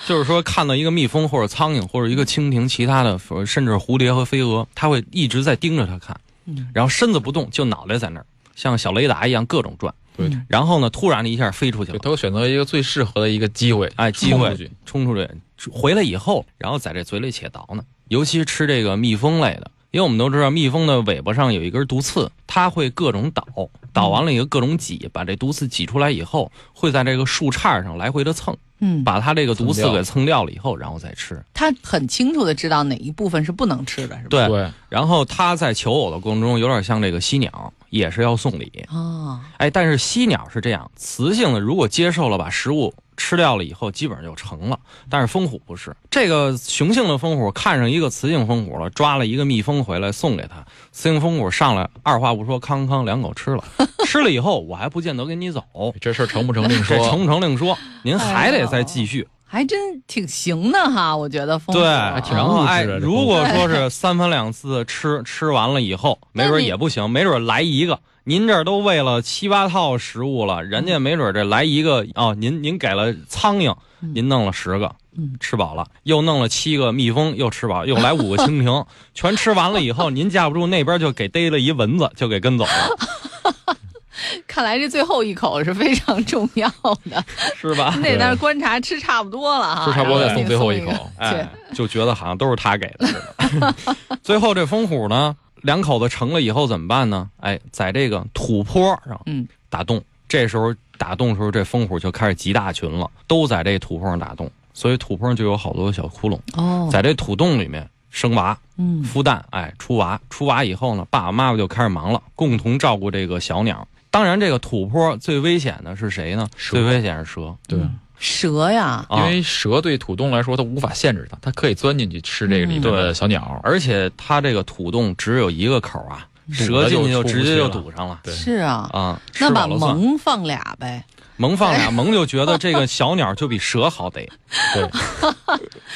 Speaker 2: 就是说看到一个蜜蜂或者苍蝇或者一个蜻蜓，其他的呃甚至蝴蝶和飞蛾，它会一直在盯着它看
Speaker 1: 嗯，
Speaker 2: 然后身子不动，就脑袋在那儿像小雷达一样各种转。
Speaker 3: 对
Speaker 1: 嗯
Speaker 2: 然后呢，突然一下飞出去
Speaker 3: 对，
Speaker 2: 了，
Speaker 3: 他会选择一个最适合的一个机会，
Speaker 2: 哎，机会
Speaker 3: 冲出去
Speaker 2: 冲出去，回来以后，然后在这嘴里且倒呢。尤其是吃这个蜜蜂类的，因为我们都知道蜜蜂的尾巴上有一根毒刺，它会各种倒，倒完了以后各种挤，把这毒刺挤出来以后，会在这个树杈上来回的蹭，
Speaker 1: 嗯，
Speaker 2: 把它这个毒刺
Speaker 3: 蹭掉
Speaker 2: 给蹭掉了以后，然后再吃。
Speaker 1: 他很清楚的知道哪一部分是不能吃的，是吧？
Speaker 2: 对，
Speaker 3: 对，
Speaker 2: 然后它在求偶的过程中，有点像这个犀鸟，也是要送礼。
Speaker 1: 哦，
Speaker 2: 哎，但是犀鸟是这样，雌性的如果接受了把食物吃掉了以后，基本上就成了。但是蜂虎不是，这个雄性的蜂虎看上一个雌性蜂虎了，抓了一个蜜蜂回来送给它，雌性蜂虎上来二话不说，康康两口吃了，吃了以后我还不见得跟你走，
Speaker 3: 这事儿成不成另
Speaker 2: 这成
Speaker 3: 说，
Speaker 2: 不成另说，您还得再继续。
Speaker 1: 还真挺行的哈，我觉得哦风
Speaker 2: 对，
Speaker 1: 格
Speaker 3: 挺
Speaker 2: 然后哎，
Speaker 3: 物质的这
Speaker 2: 如果说是三番两次吃，吃完了以后，没准
Speaker 1: 那你
Speaker 2: 也不行，没准来一个。您这儿都喂了七八套食物了，人家没准这来一个哦，您您给了苍蝇，
Speaker 1: 嗯
Speaker 2: 您弄了十个，
Speaker 1: 嗯
Speaker 2: 吃饱了，又弄了七个蜜蜂，又吃饱，又来五个蜻蜓，全吃完了以后，您架不住那边就给逮了一蚊子，就给跟走了，
Speaker 1: 看来这最后一口是非常重要的，
Speaker 2: 是吧
Speaker 1: 你？得 在那儿观察，吃差不多了哈，
Speaker 3: 吃差不多
Speaker 1: 然
Speaker 3: 再
Speaker 1: 后
Speaker 3: 送
Speaker 1: 给
Speaker 3: 最后一
Speaker 1: 个
Speaker 3: 口，
Speaker 2: 哎，就觉得好像都是他给的似的。 最后这风虎呢，两口子成了以后怎么办呢？哎，在这个土坡上，
Speaker 1: 嗯，
Speaker 2: 打洞。这时候打洞的时候，这风虎就开始集大群了，都在这土坡上打洞，所以土坡上就有好多小窟窿，
Speaker 1: 哦，
Speaker 2: 在这土洞里面生娃、
Speaker 1: 嗯
Speaker 2: 孵蛋，哎，出娃，出娃以后呢，爸爸妈妈就开始忙了，共同照顾这个小鸟。当然，这个土坡最危险的是谁呢？
Speaker 3: 蛇
Speaker 2: 最危险是蛇，
Speaker 3: 对。
Speaker 1: 蛇呀，
Speaker 2: 啊、
Speaker 3: 因为蛇对土洞来说，它无法限制它，它可以钻进去吃这个里面
Speaker 2: 嗯
Speaker 3: 的
Speaker 2: 对
Speaker 3: 小鸟，
Speaker 2: 而且它这个土洞只有一个口啊，蛇进去就直接就堵上了。
Speaker 3: 对
Speaker 1: 是啊，
Speaker 2: 啊，
Speaker 1: 那
Speaker 2: 吃
Speaker 1: 把
Speaker 2: 饱了算
Speaker 1: 萌放俩呗，
Speaker 2: 萌放 俩萌就觉得这个小鸟就比蛇好逮，
Speaker 3: 对，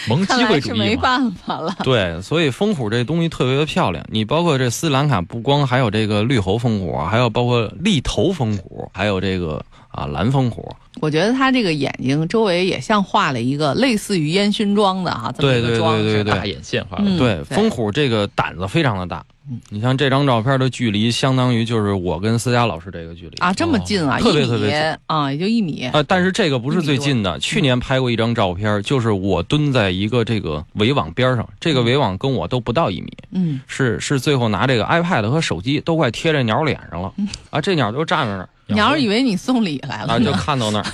Speaker 3: 萌
Speaker 1: 看
Speaker 3: 机
Speaker 1: 来
Speaker 3: 会主
Speaker 1: 是
Speaker 3: 义
Speaker 1: 没
Speaker 3: 嘛，
Speaker 1: 办法了，
Speaker 2: 对，所以风虎这东西特别的漂亮。你包括这斯里兰卡，不光还有这个绿喉风虎，啊还有包括栗头风
Speaker 1: 嗯
Speaker 2: 虎，还有这个啊蓝风虎，
Speaker 1: 我觉得他这个眼睛周围也像画了一个类似于烟熏妆的哈，这么一
Speaker 2: 对
Speaker 1: 个
Speaker 2: 对
Speaker 1: 妆
Speaker 2: 对
Speaker 1: 是
Speaker 2: 对
Speaker 1: 吧
Speaker 3: 大眼线画
Speaker 1: 嗯
Speaker 3: 的，
Speaker 2: 对，
Speaker 1: 对
Speaker 2: 风虎这个胆子非常的大
Speaker 1: 嗯。
Speaker 2: 你像这张照片的距离，相当于就是我跟思佳老师这个距离
Speaker 1: 啊，这么近啊，
Speaker 2: 哦特别特
Speaker 1: 一
Speaker 2: 别
Speaker 1: 米
Speaker 2: 近
Speaker 1: 啊，也就一米，
Speaker 2: 啊，但是这个不是最近
Speaker 1: 嗯
Speaker 2: 的。去年拍过一张照片，就是我蹲在一个这个围网边上，这个围网跟我都不到一米，
Speaker 1: 嗯，
Speaker 2: 是是最后拿这个 iPad 和手机都快贴这鸟脸上了
Speaker 1: 嗯
Speaker 2: 啊，这鸟就站在那儿
Speaker 1: 鸟儿以为你送礼来
Speaker 2: 啊，
Speaker 1: 了
Speaker 2: 就
Speaker 1: 呢，
Speaker 2: 看到那儿，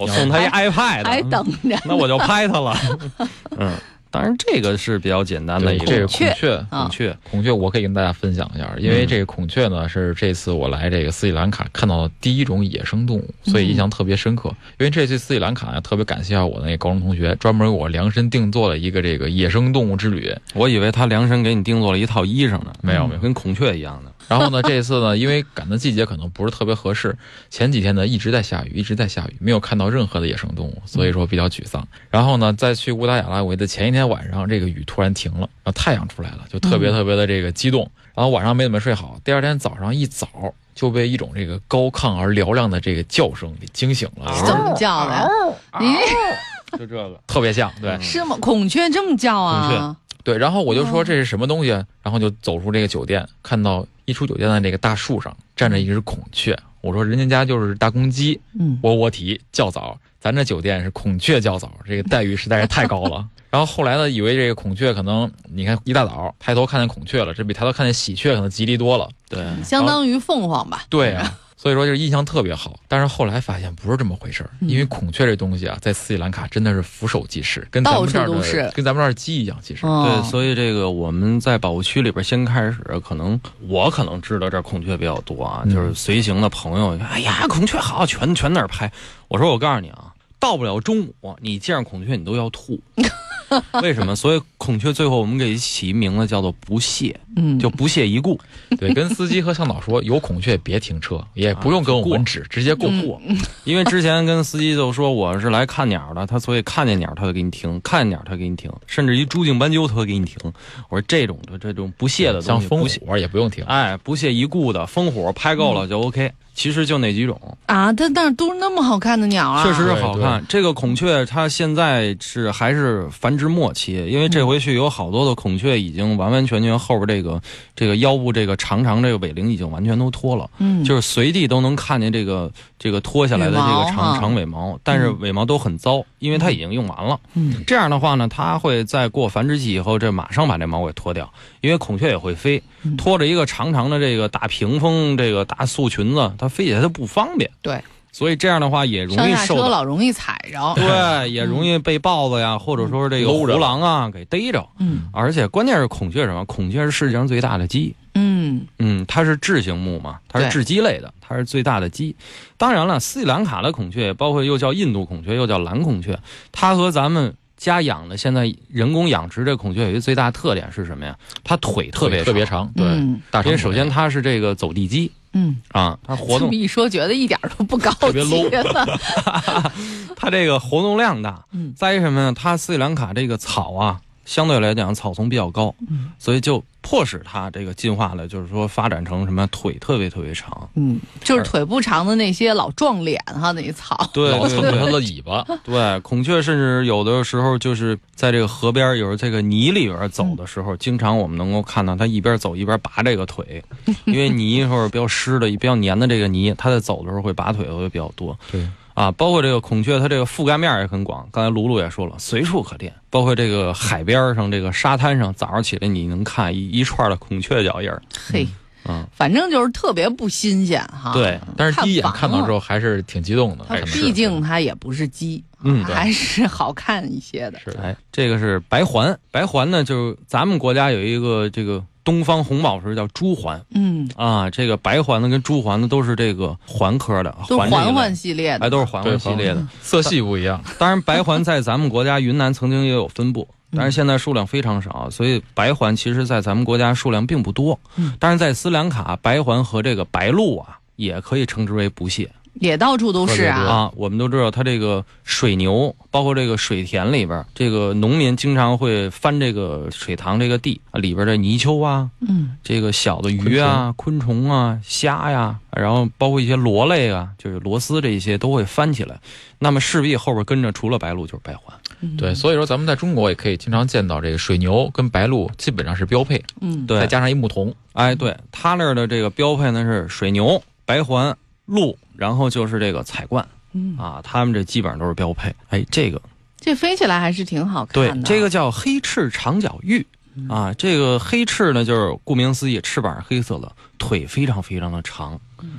Speaker 2: 我送它一
Speaker 1: 还还
Speaker 2: iPad，嗯
Speaker 1: 等着。
Speaker 2: 那我就拍它了，嗯。当然这个是比较简单的一个
Speaker 3: 这个
Speaker 1: 孔雀
Speaker 3: 孔雀，
Speaker 1: 啊
Speaker 2: 孔雀，
Speaker 3: 孔雀我可以跟大家分享一下，
Speaker 1: 嗯
Speaker 3: 因为这个孔雀呢是这次我来这个斯里兰卡看到的第一种野生动物，所以
Speaker 1: 嗯
Speaker 3: 印象特别深刻。因为这次斯里兰卡呢，特别感谢我那高中同学，专门给我量身定做了一个这个野生动物之旅。
Speaker 2: 我以为他量身给你定做了一套衣裳呢，
Speaker 3: 没有没有
Speaker 2: 跟孔雀一样的。
Speaker 3: 然后呢，这一次呢，因为赶的季节可能不是特别合适，前几天呢一直在下雨，一直在下雨，没有看到任何的野生动物，所以说比较沮丧。然后呢，在去乌达雅拉维的前一天晚上，这个雨突然停了，然后太阳出来了，就特别
Speaker 1: 嗯
Speaker 3: 特别的这个激动。然后晚上没怎么睡好，第二天早上一早就被一种这个高亢而嘹亮的这个叫声给惊醒了，
Speaker 1: 怎么叫的？你
Speaker 2: 就这个，
Speaker 3: 特别像，对
Speaker 2: 嗯
Speaker 1: 是吗？孔雀这么叫啊？
Speaker 3: 对。然后我就
Speaker 1: 哦
Speaker 3: 说这是什么东西啊，然后就走出这个酒店，看到一出酒店的这个大树上站着一只孔雀。我说人家家就是大公鸡，
Speaker 1: 嗯，
Speaker 3: 窝窝体较早，咱这酒店是孔雀较早，这个待遇实在是太高 了。然后后来呢，以为这个孔雀可能，你看一大早抬头看见孔雀了，这比抬头看见喜鹊可能吉利多了。
Speaker 2: 对，
Speaker 1: 相当于凤凰吧？
Speaker 3: 对啊， 所以说就是印象特别好。但是后来发现不是这么回事儿，
Speaker 1: 嗯
Speaker 3: 因为孔雀这东西啊，在斯里兰卡真的是俯首即是，跟咱们这儿
Speaker 1: 到处都
Speaker 3: 的
Speaker 1: 是
Speaker 3: 跟咱们这儿鸡一样，其实。
Speaker 1: 哦
Speaker 2: 对，，所以这个我们在保护区里边先开始，可能我可能知道这儿孔雀比较多啊，
Speaker 3: 嗯
Speaker 2: 就是随行的朋友，哎呀，孔雀好，全全那儿拍。我说我告诉你啊，到不了中午，你见着孔雀你都要 吐。为什么？所以孔雀最后我们给起名字叫做不屑，
Speaker 1: 嗯，
Speaker 2: 就不屑一顾，
Speaker 3: 对，跟司机和向导说，有孔雀别停车，也不用跟我们指，直接过
Speaker 1: 啊嗯
Speaker 3: 过。
Speaker 2: 因为之前跟司机就说我是来看鸟的，他所以看见鸟他就给你停，看见鸟他给你停，甚至一朱颈斑鸠他会给你停。我说这种的这种不屑的东
Speaker 3: 像
Speaker 2: 西，
Speaker 3: 风
Speaker 2: 不屑
Speaker 3: 火也不用停。
Speaker 2: 哎，不屑一顾的烽火拍
Speaker 1: 嗯
Speaker 2: 够了就 OK。其实就那几种，
Speaker 1: 啊，它那儿都是那么好看的鸟啊，
Speaker 2: 确实是好看。这个孔雀它现在是还是繁殖末期，因为
Speaker 1: 嗯
Speaker 2: 这回去有好多的孔雀已经完完全全后边这个这个腰部这个长长这个尾翎已经完全都脱了，
Speaker 1: 嗯，
Speaker 2: 就是随地都能看见这个这个脱下来的这
Speaker 1: 羽毛
Speaker 2: 个
Speaker 1: 哈
Speaker 2: 长长尾毛，但是尾毛都很糟，因为它已经用完了。
Speaker 1: 嗯
Speaker 2: 这样的话呢，它会在过繁殖期以后，这马上把这毛给脱掉，因为孔雀也会飞
Speaker 1: 嗯，
Speaker 2: 拖着一个长长的这个大屏风，这个大素裙子，它飞起来它不方便。
Speaker 1: 对，
Speaker 2: 所以这样的话也容
Speaker 1: 上
Speaker 2: 易
Speaker 1: 下
Speaker 2: 受
Speaker 1: 车
Speaker 2: 到，
Speaker 1: 老容易踩着，
Speaker 2: 对，也容易被豹子呀，或者说这个
Speaker 3: 搂着
Speaker 2: 胡狼啊给逮着。
Speaker 1: 嗯
Speaker 2: 而且关键是孔雀是什么？孔雀是世界上最大的鸡。
Speaker 1: 嗯，
Speaker 2: 嗯，它是雉形目嘛，它是
Speaker 1: 对
Speaker 2: 雉鸡类的，它是最大的鸡。当然了，斯里兰卡的孔雀，包括又叫印度孔雀，又叫蓝孔雀，它和咱们家养的现在人工养殖这孔雀有一个最大特点是什么呀？它腿特别
Speaker 3: 特别，长，对，
Speaker 1: 嗯
Speaker 3: 大长
Speaker 2: 因
Speaker 3: 腿
Speaker 2: 为首先它是这个走地鸡
Speaker 1: 嗯，
Speaker 2: 啊，它活
Speaker 1: 这
Speaker 2: 动
Speaker 1: 么一说，觉得一点儿都不高
Speaker 3: 特别
Speaker 1: 级
Speaker 3: low
Speaker 1: 了，
Speaker 2: 它这个活动量大。
Speaker 1: 嗯
Speaker 2: 再一什么呢？它斯里兰卡这个草啊，相对来讲草丛比较高，
Speaker 1: 嗯
Speaker 2: 所以就迫使它这个进化了，就是说发展成什么腿特别特别长。
Speaker 1: 嗯，就是腿不长的那些老撞脸哈，那一草，
Speaker 2: 对，
Speaker 3: 老
Speaker 2: 对
Speaker 3: 蹭
Speaker 2: 对
Speaker 3: 着它的尾巴，
Speaker 2: 对，孔雀甚至有的时候就是在这个河边，有时候这个泥里边走的时候，经常我们能够看到它一边走一边拔这个腿，因为泥或者比较湿的、比较粘的这个泥，它在走的时候会拔腿会比较多
Speaker 3: 对。
Speaker 2: 啊。包括这个孔雀，它这个覆盖面也很广，刚才卢卢也说了，随处可见，包括这个海边上、这个沙滩上，早上起来你能看一一串的孔雀脚印儿。
Speaker 1: 嘿，
Speaker 2: 嗯，
Speaker 1: 反正就是特别不新鲜哈，
Speaker 2: 对，
Speaker 3: 但是第一眼
Speaker 1: 看
Speaker 3: 看到之后还是挺激动的，
Speaker 1: 它
Speaker 3: 还是
Speaker 1: 啊毕竟它也不是鸡，
Speaker 2: 嗯对
Speaker 1: 还是好看一些的，
Speaker 3: 是
Speaker 2: 哎，这个是白环，白环呢，就是咱们国家有一个这个东方红宝石叫珠环。
Speaker 1: 嗯，
Speaker 2: 啊，这个白环的跟朱环的都是这个环科的，
Speaker 1: 都是
Speaker 2: 这一
Speaker 1: 环
Speaker 2: 类
Speaker 1: 环系列
Speaker 2: 哎，
Speaker 1: 的，
Speaker 2: 都是环
Speaker 3: 对
Speaker 2: 环系列的。
Speaker 3: 色系不一 样，
Speaker 1: 嗯
Speaker 2: 当然，白环在咱们国家云南曾经也有分布，
Speaker 1: 嗯
Speaker 2: 但是现在数量非常少，所以白环其实在咱们国家数量并不多
Speaker 1: 嗯。
Speaker 2: 但是在斯里兰卡，白环和这个白鹭啊，也可以称之为不屑
Speaker 1: 也到处都是
Speaker 3: 特别
Speaker 1: 啊，
Speaker 2: 啊。我们都知道，它这个水牛，包括这个水田里边儿，这个农民经常会翻这个水塘这个地啊里边的泥鳅啊，
Speaker 1: 嗯
Speaker 2: 这个小的鱼啊、昆虫啊、虾呀、然后包括一些螺类啊，就是螺丝这一些都会翻起来。那么势必后边跟着除了白鹭就是白环。
Speaker 1: 嗯
Speaker 3: 对，所以说咱们在中国也可以经常见到这个水牛跟白鹭基本上是标配，
Speaker 1: 嗯，
Speaker 2: 对
Speaker 3: 再，加上一牧童，
Speaker 2: 哎，对，他那儿的这个标配呢是水牛、白环、鹿，然后就是这个彩冠
Speaker 1: 嗯，
Speaker 2: 啊，他们这基本上都是标配。哎，这个
Speaker 1: 这飞起来还是挺好看嗯
Speaker 2: 对
Speaker 1: 的，，
Speaker 2: 这个叫黑翅长脚鹬。啊，这个黑翅呢，就是顾名思义，翅膀是黑色的，腿非常非常的长，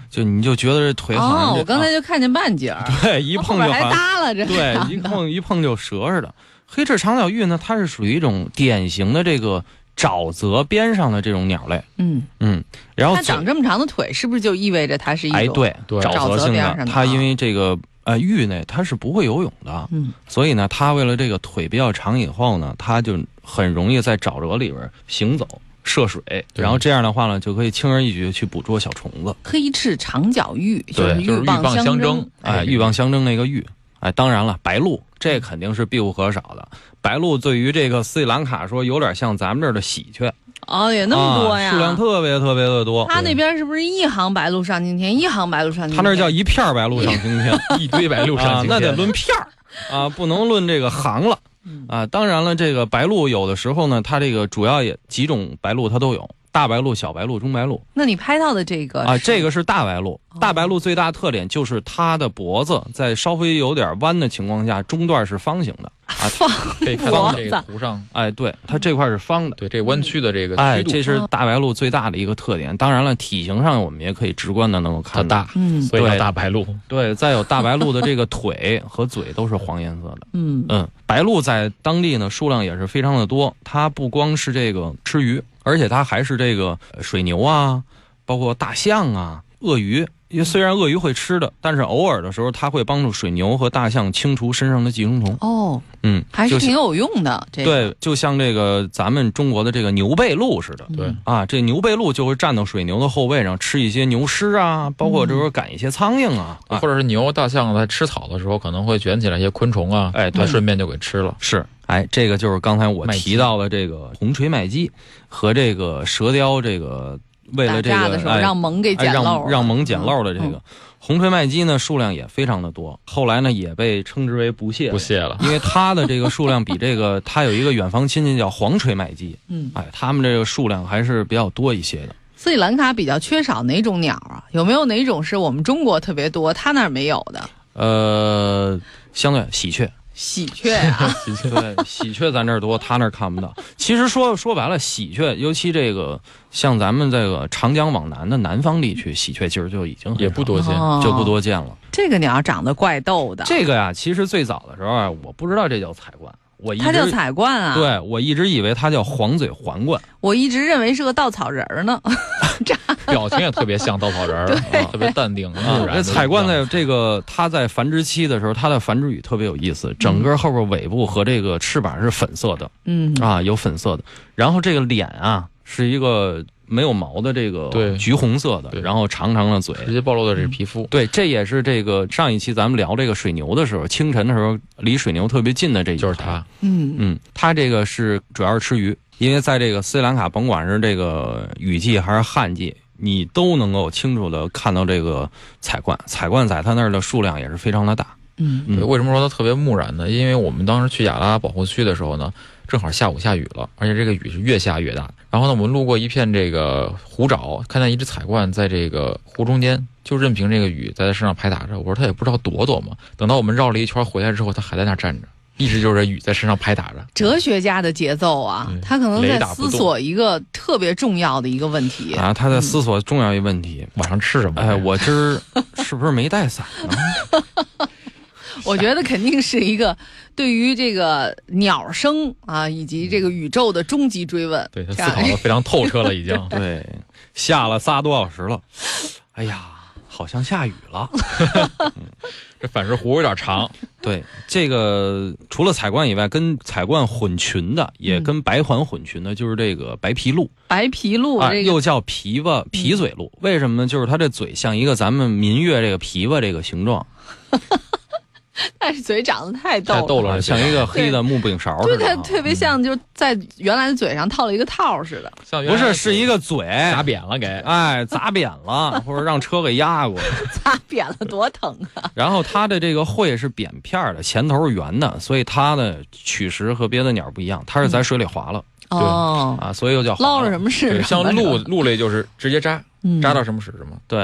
Speaker 2: 就你就觉得这腿好像
Speaker 1: 嗯哦，
Speaker 2: 这
Speaker 1: 我刚才就看见半截儿，
Speaker 2: 啊对一
Speaker 1: 后
Speaker 2: 碰
Speaker 1: 边
Speaker 2: 就
Speaker 1: 还
Speaker 2: 好像
Speaker 1: 耷拉着，
Speaker 2: 对，一碰一碰就折似的。黑翅长脚鹬呢，它是属于一种典型的这个沼泽边上的这种鸟类，
Speaker 1: 嗯，
Speaker 2: 嗯，然后
Speaker 1: 它长这么长的腿，是不是就意味着它是一种？
Speaker 2: 哎，，对，
Speaker 3: 对
Speaker 2: 沼
Speaker 1: 沼泽
Speaker 2: 性
Speaker 1: 边上的
Speaker 2: 它
Speaker 1: 啊
Speaker 2: 因为这个呃鹬呢，它是不会游泳的，
Speaker 1: 嗯，
Speaker 2: 所以呢，它为了这个腿比较长以后呢，它就很容易在沼泽里边行走。涉水，
Speaker 3: 对
Speaker 2: 然后这样的话呢，就可以轻而易举地去捕捉小虫子。
Speaker 1: 黑翅长脚鹬，
Speaker 3: 对
Speaker 1: 是
Speaker 3: 就是
Speaker 1: 鹬
Speaker 3: 鹬蚌
Speaker 1: 相
Speaker 3: 相
Speaker 1: 争
Speaker 3: 争。
Speaker 2: 哎，鹬蚌相争那个鹬，
Speaker 3: 嗯
Speaker 2: 哎，当然了，白鹭这肯定是必不可少的。白鹭对于这个斯里兰卡说有点像咱们这儿的喜鹊，
Speaker 1: 哦，也那么多呀，
Speaker 2: 啊数量特别特别的多。嗯
Speaker 1: 他那边是不是一行白鹭上青天，一行白�鹭上青天？
Speaker 2: 他那儿叫一片儿白鹭上青 天，
Speaker 3: 一堆白鹭上
Speaker 2: 啊
Speaker 3: 青
Speaker 2: 那
Speaker 3: 天，
Speaker 2: 得论片儿啊，不能论这个行了
Speaker 1: 嗯
Speaker 2: 啊。当然了，这个白鹭有的时候呢，它这个主要也几种白鹭它都有，大白鹭、小白鹭、中白鹭
Speaker 1: 那你拍到的这个
Speaker 2: 啊。
Speaker 1: 是
Speaker 2: 这个是大白鹭，
Speaker 1: 哦
Speaker 2: 大白鹭最大特点就是它的脖子在稍微有点弯的情况下，中段是方形的。
Speaker 1: 放
Speaker 3: 可以看到这个图上，
Speaker 2: 哎，对，它这块是方的。
Speaker 3: 对这弯曲的这个
Speaker 2: 哎，
Speaker 3: 曲嗯度
Speaker 2: 这是大白鹭最大的一个特点。当然了，体型上我们也可以直观的能够
Speaker 3: 它
Speaker 2: 看到。
Speaker 3: 大，
Speaker 1: 嗯
Speaker 3: 所以叫
Speaker 2: 对
Speaker 3: 大白鹭。
Speaker 2: 对，再有大白鹭的这个腿和嘴都是黄颜色的。
Speaker 1: 嗯
Speaker 2: 嗯，白鹭在当地呢数量也是非常的多，它不光是这个吃鱼，而且它还是这个呃水牛啊，包括大象啊、鳄鱼。因为虽然鳄鱼会吃的，但是偶尔的时候它会帮助水牛和大象清除身上的寄生虫。
Speaker 1: 哦，
Speaker 2: 嗯，
Speaker 1: 还是
Speaker 2: 就像
Speaker 1: 挺有用的。这个
Speaker 2: 对，就像这个咱们中国的这个牛背鹭似的。
Speaker 1: 嗯
Speaker 3: 对
Speaker 2: 啊，这牛背鹭就会站到水牛的后背上，吃一些牛尸啊，包括这时候赶一些苍蝇啊。啊
Speaker 3: 嗯或者是牛、大象在吃草的时候，可能会卷起来一些昆虫啊，
Speaker 2: 哎对
Speaker 3: 它顺便就给吃了。
Speaker 2: 是，哎，这个就是刚才我
Speaker 3: 麦
Speaker 2: 提
Speaker 3: 鸡
Speaker 2: 到的这个红锤麦鸡和这个蛇雕，这个为
Speaker 1: 打
Speaker 2: 了这个
Speaker 1: 架的时候
Speaker 2: 哎
Speaker 1: 让萌给
Speaker 2: 哎
Speaker 1: 捡漏
Speaker 2: 让
Speaker 1: 了，
Speaker 2: 让萌捡漏的这
Speaker 1: 嗯
Speaker 2: 个红锤麦鸡呢，数量也非常的多，后来呢也被称之为不屑
Speaker 3: 不。屑了，
Speaker 2: 因为它的这个数量比这个，它有一个远房亲戚叫黄锤麦鸡，
Speaker 1: 嗯，
Speaker 2: 哎，他们这个数量还是比较多一些的。
Speaker 1: 斯里兰卡比较缺少哪种鸟啊？有没有哪种是我们中国特别多，他那儿没有的？
Speaker 2: 呃，相对喜鹊，
Speaker 1: 喜鹊 啊，
Speaker 2: 喜鹊，对，喜鹊咱这儿多，他那儿看不到。其实说说白了，喜鹊，尤其这个像咱们这个长江往南的南方地区，喜鹊其实就已经很
Speaker 3: 也不
Speaker 2: 少
Speaker 3: 多见。
Speaker 2: 了
Speaker 1: 哦
Speaker 2: 就不。多见了。
Speaker 1: 这个鸟长得怪逗的，
Speaker 2: 这个呀，其实最早的时候啊，我不知道这叫彩冠，我一直
Speaker 1: 它叫彩冠啊。，
Speaker 2: 对我一直以为它叫黄嘴环冠，
Speaker 1: 我一直认为是个稻草人儿呢。
Speaker 3: 表情也特别像稻 草人儿，啊特别淡定
Speaker 2: 啊
Speaker 3: 自，然
Speaker 2: 这
Speaker 3: 的
Speaker 2: 彩冠
Speaker 3: 样
Speaker 2: 在
Speaker 3: 子
Speaker 2: 这个它在繁殖期的时候，它的繁殖羽特别有意思，整个后边尾部和这个翅膀是粉色的，
Speaker 1: 嗯，
Speaker 2: 啊，有粉色的，然后这个脸啊是一个没有毛的这个
Speaker 3: 对
Speaker 2: 橘红色的，
Speaker 3: 对
Speaker 2: 然后长长的嘴。
Speaker 3: 直接暴露的是皮肤，
Speaker 2: 对，这也是这个上一期咱们聊这个水牛的时候，清晨的时候离水牛特别近的这一
Speaker 3: 就是
Speaker 2: 排
Speaker 3: 它。
Speaker 1: 嗯
Speaker 2: 嗯，它这个是主要是吃鱼，因为在这个斯里兰卡，甭管是这个雨季还是旱季，你都能够清楚的看到这个彩冠。彩冠在它那儿的数量也是非常的大。
Speaker 1: 嗯
Speaker 2: 嗯
Speaker 3: 对为什么说它特别木然呢？因为我们当时去雅拉保护区的时候呢，正好下午下雨了，而且这个雨是越下越大。然后呢，我们路过一片这个湖沼，看见一只彩冠在这个湖中间，就任凭这个雨在它身上拍打着。我说它也不知道躲躲嘛。等到我们绕了一圈回来之后，它还在那儿站着，一直就是这雨在身上拍打着。
Speaker 1: 哲学家的节奏啊
Speaker 3: 对，
Speaker 1: 他可能在
Speaker 3: 雷打不
Speaker 1: 思
Speaker 3: 动
Speaker 1: 索一个特别重要的一个问题。
Speaker 2: 啊，它在思索重要一问题，
Speaker 3: 晚上吃什么？
Speaker 2: 哎，我今儿是不是没带伞呢？
Speaker 1: 我觉得肯定是一个对于这个鸟声啊，以及这个宇宙的终极追问。
Speaker 3: 对它
Speaker 1: 这
Speaker 3: 思
Speaker 1: 样
Speaker 3: 考的非常透彻了，已经。
Speaker 2: 对，下了仨多小时了，哎呀，好像下雨了。
Speaker 3: 这反射弧有点长，
Speaker 2: 对，这个除了彩冠以外，跟彩冠混群的，也
Speaker 1: 嗯
Speaker 2: 跟白环混群的，就是这个白皮鹭
Speaker 1: 白皮鹭
Speaker 2: 啊，
Speaker 1: 这个嗯
Speaker 2: 又叫皮巴皮嘴鹭。为什么呢？就是它这嘴像一个咱们民乐这个琵琶这个形状，
Speaker 1: 但是 嘴长得太逗
Speaker 3: 太
Speaker 1: 了，
Speaker 3: 逗了，
Speaker 2: 啊像一个黑的木柄勺
Speaker 1: 对
Speaker 2: 似
Speaker 1: 它
Speaker 2: 的啊。
Speaker 3: 嗯
Speaker 1: 特别像就是在原来的嘴上套了一个套似的。
Speaker 3: 像
Speaker 2: 不是，是一
Speaker 3: 个
Speaker 2: 个嘴，
Speaker 3: 打扁了给。
Speaker 2: 哎，砸扁了，或者让车给压过。
Speaker 1: 擦扁了多疼啊！
Speaker 2: 然后它的这个喙是扁片儿的，前头是圆的，所以它的取食和别的鸟不一样，它是在水里划了、
Speaker 1: 哦，
Speaker 2: 啊，所以又叫划
Speaker 1: 捞了什么是
Speaker 3: 对，
Speaker 1: 什么
Speaker 3: 像鹿鹿类就是直接扎，
Speaker 1: 嗯
Speaker 3: 扎到什么使什么。
Speaker 2: 对，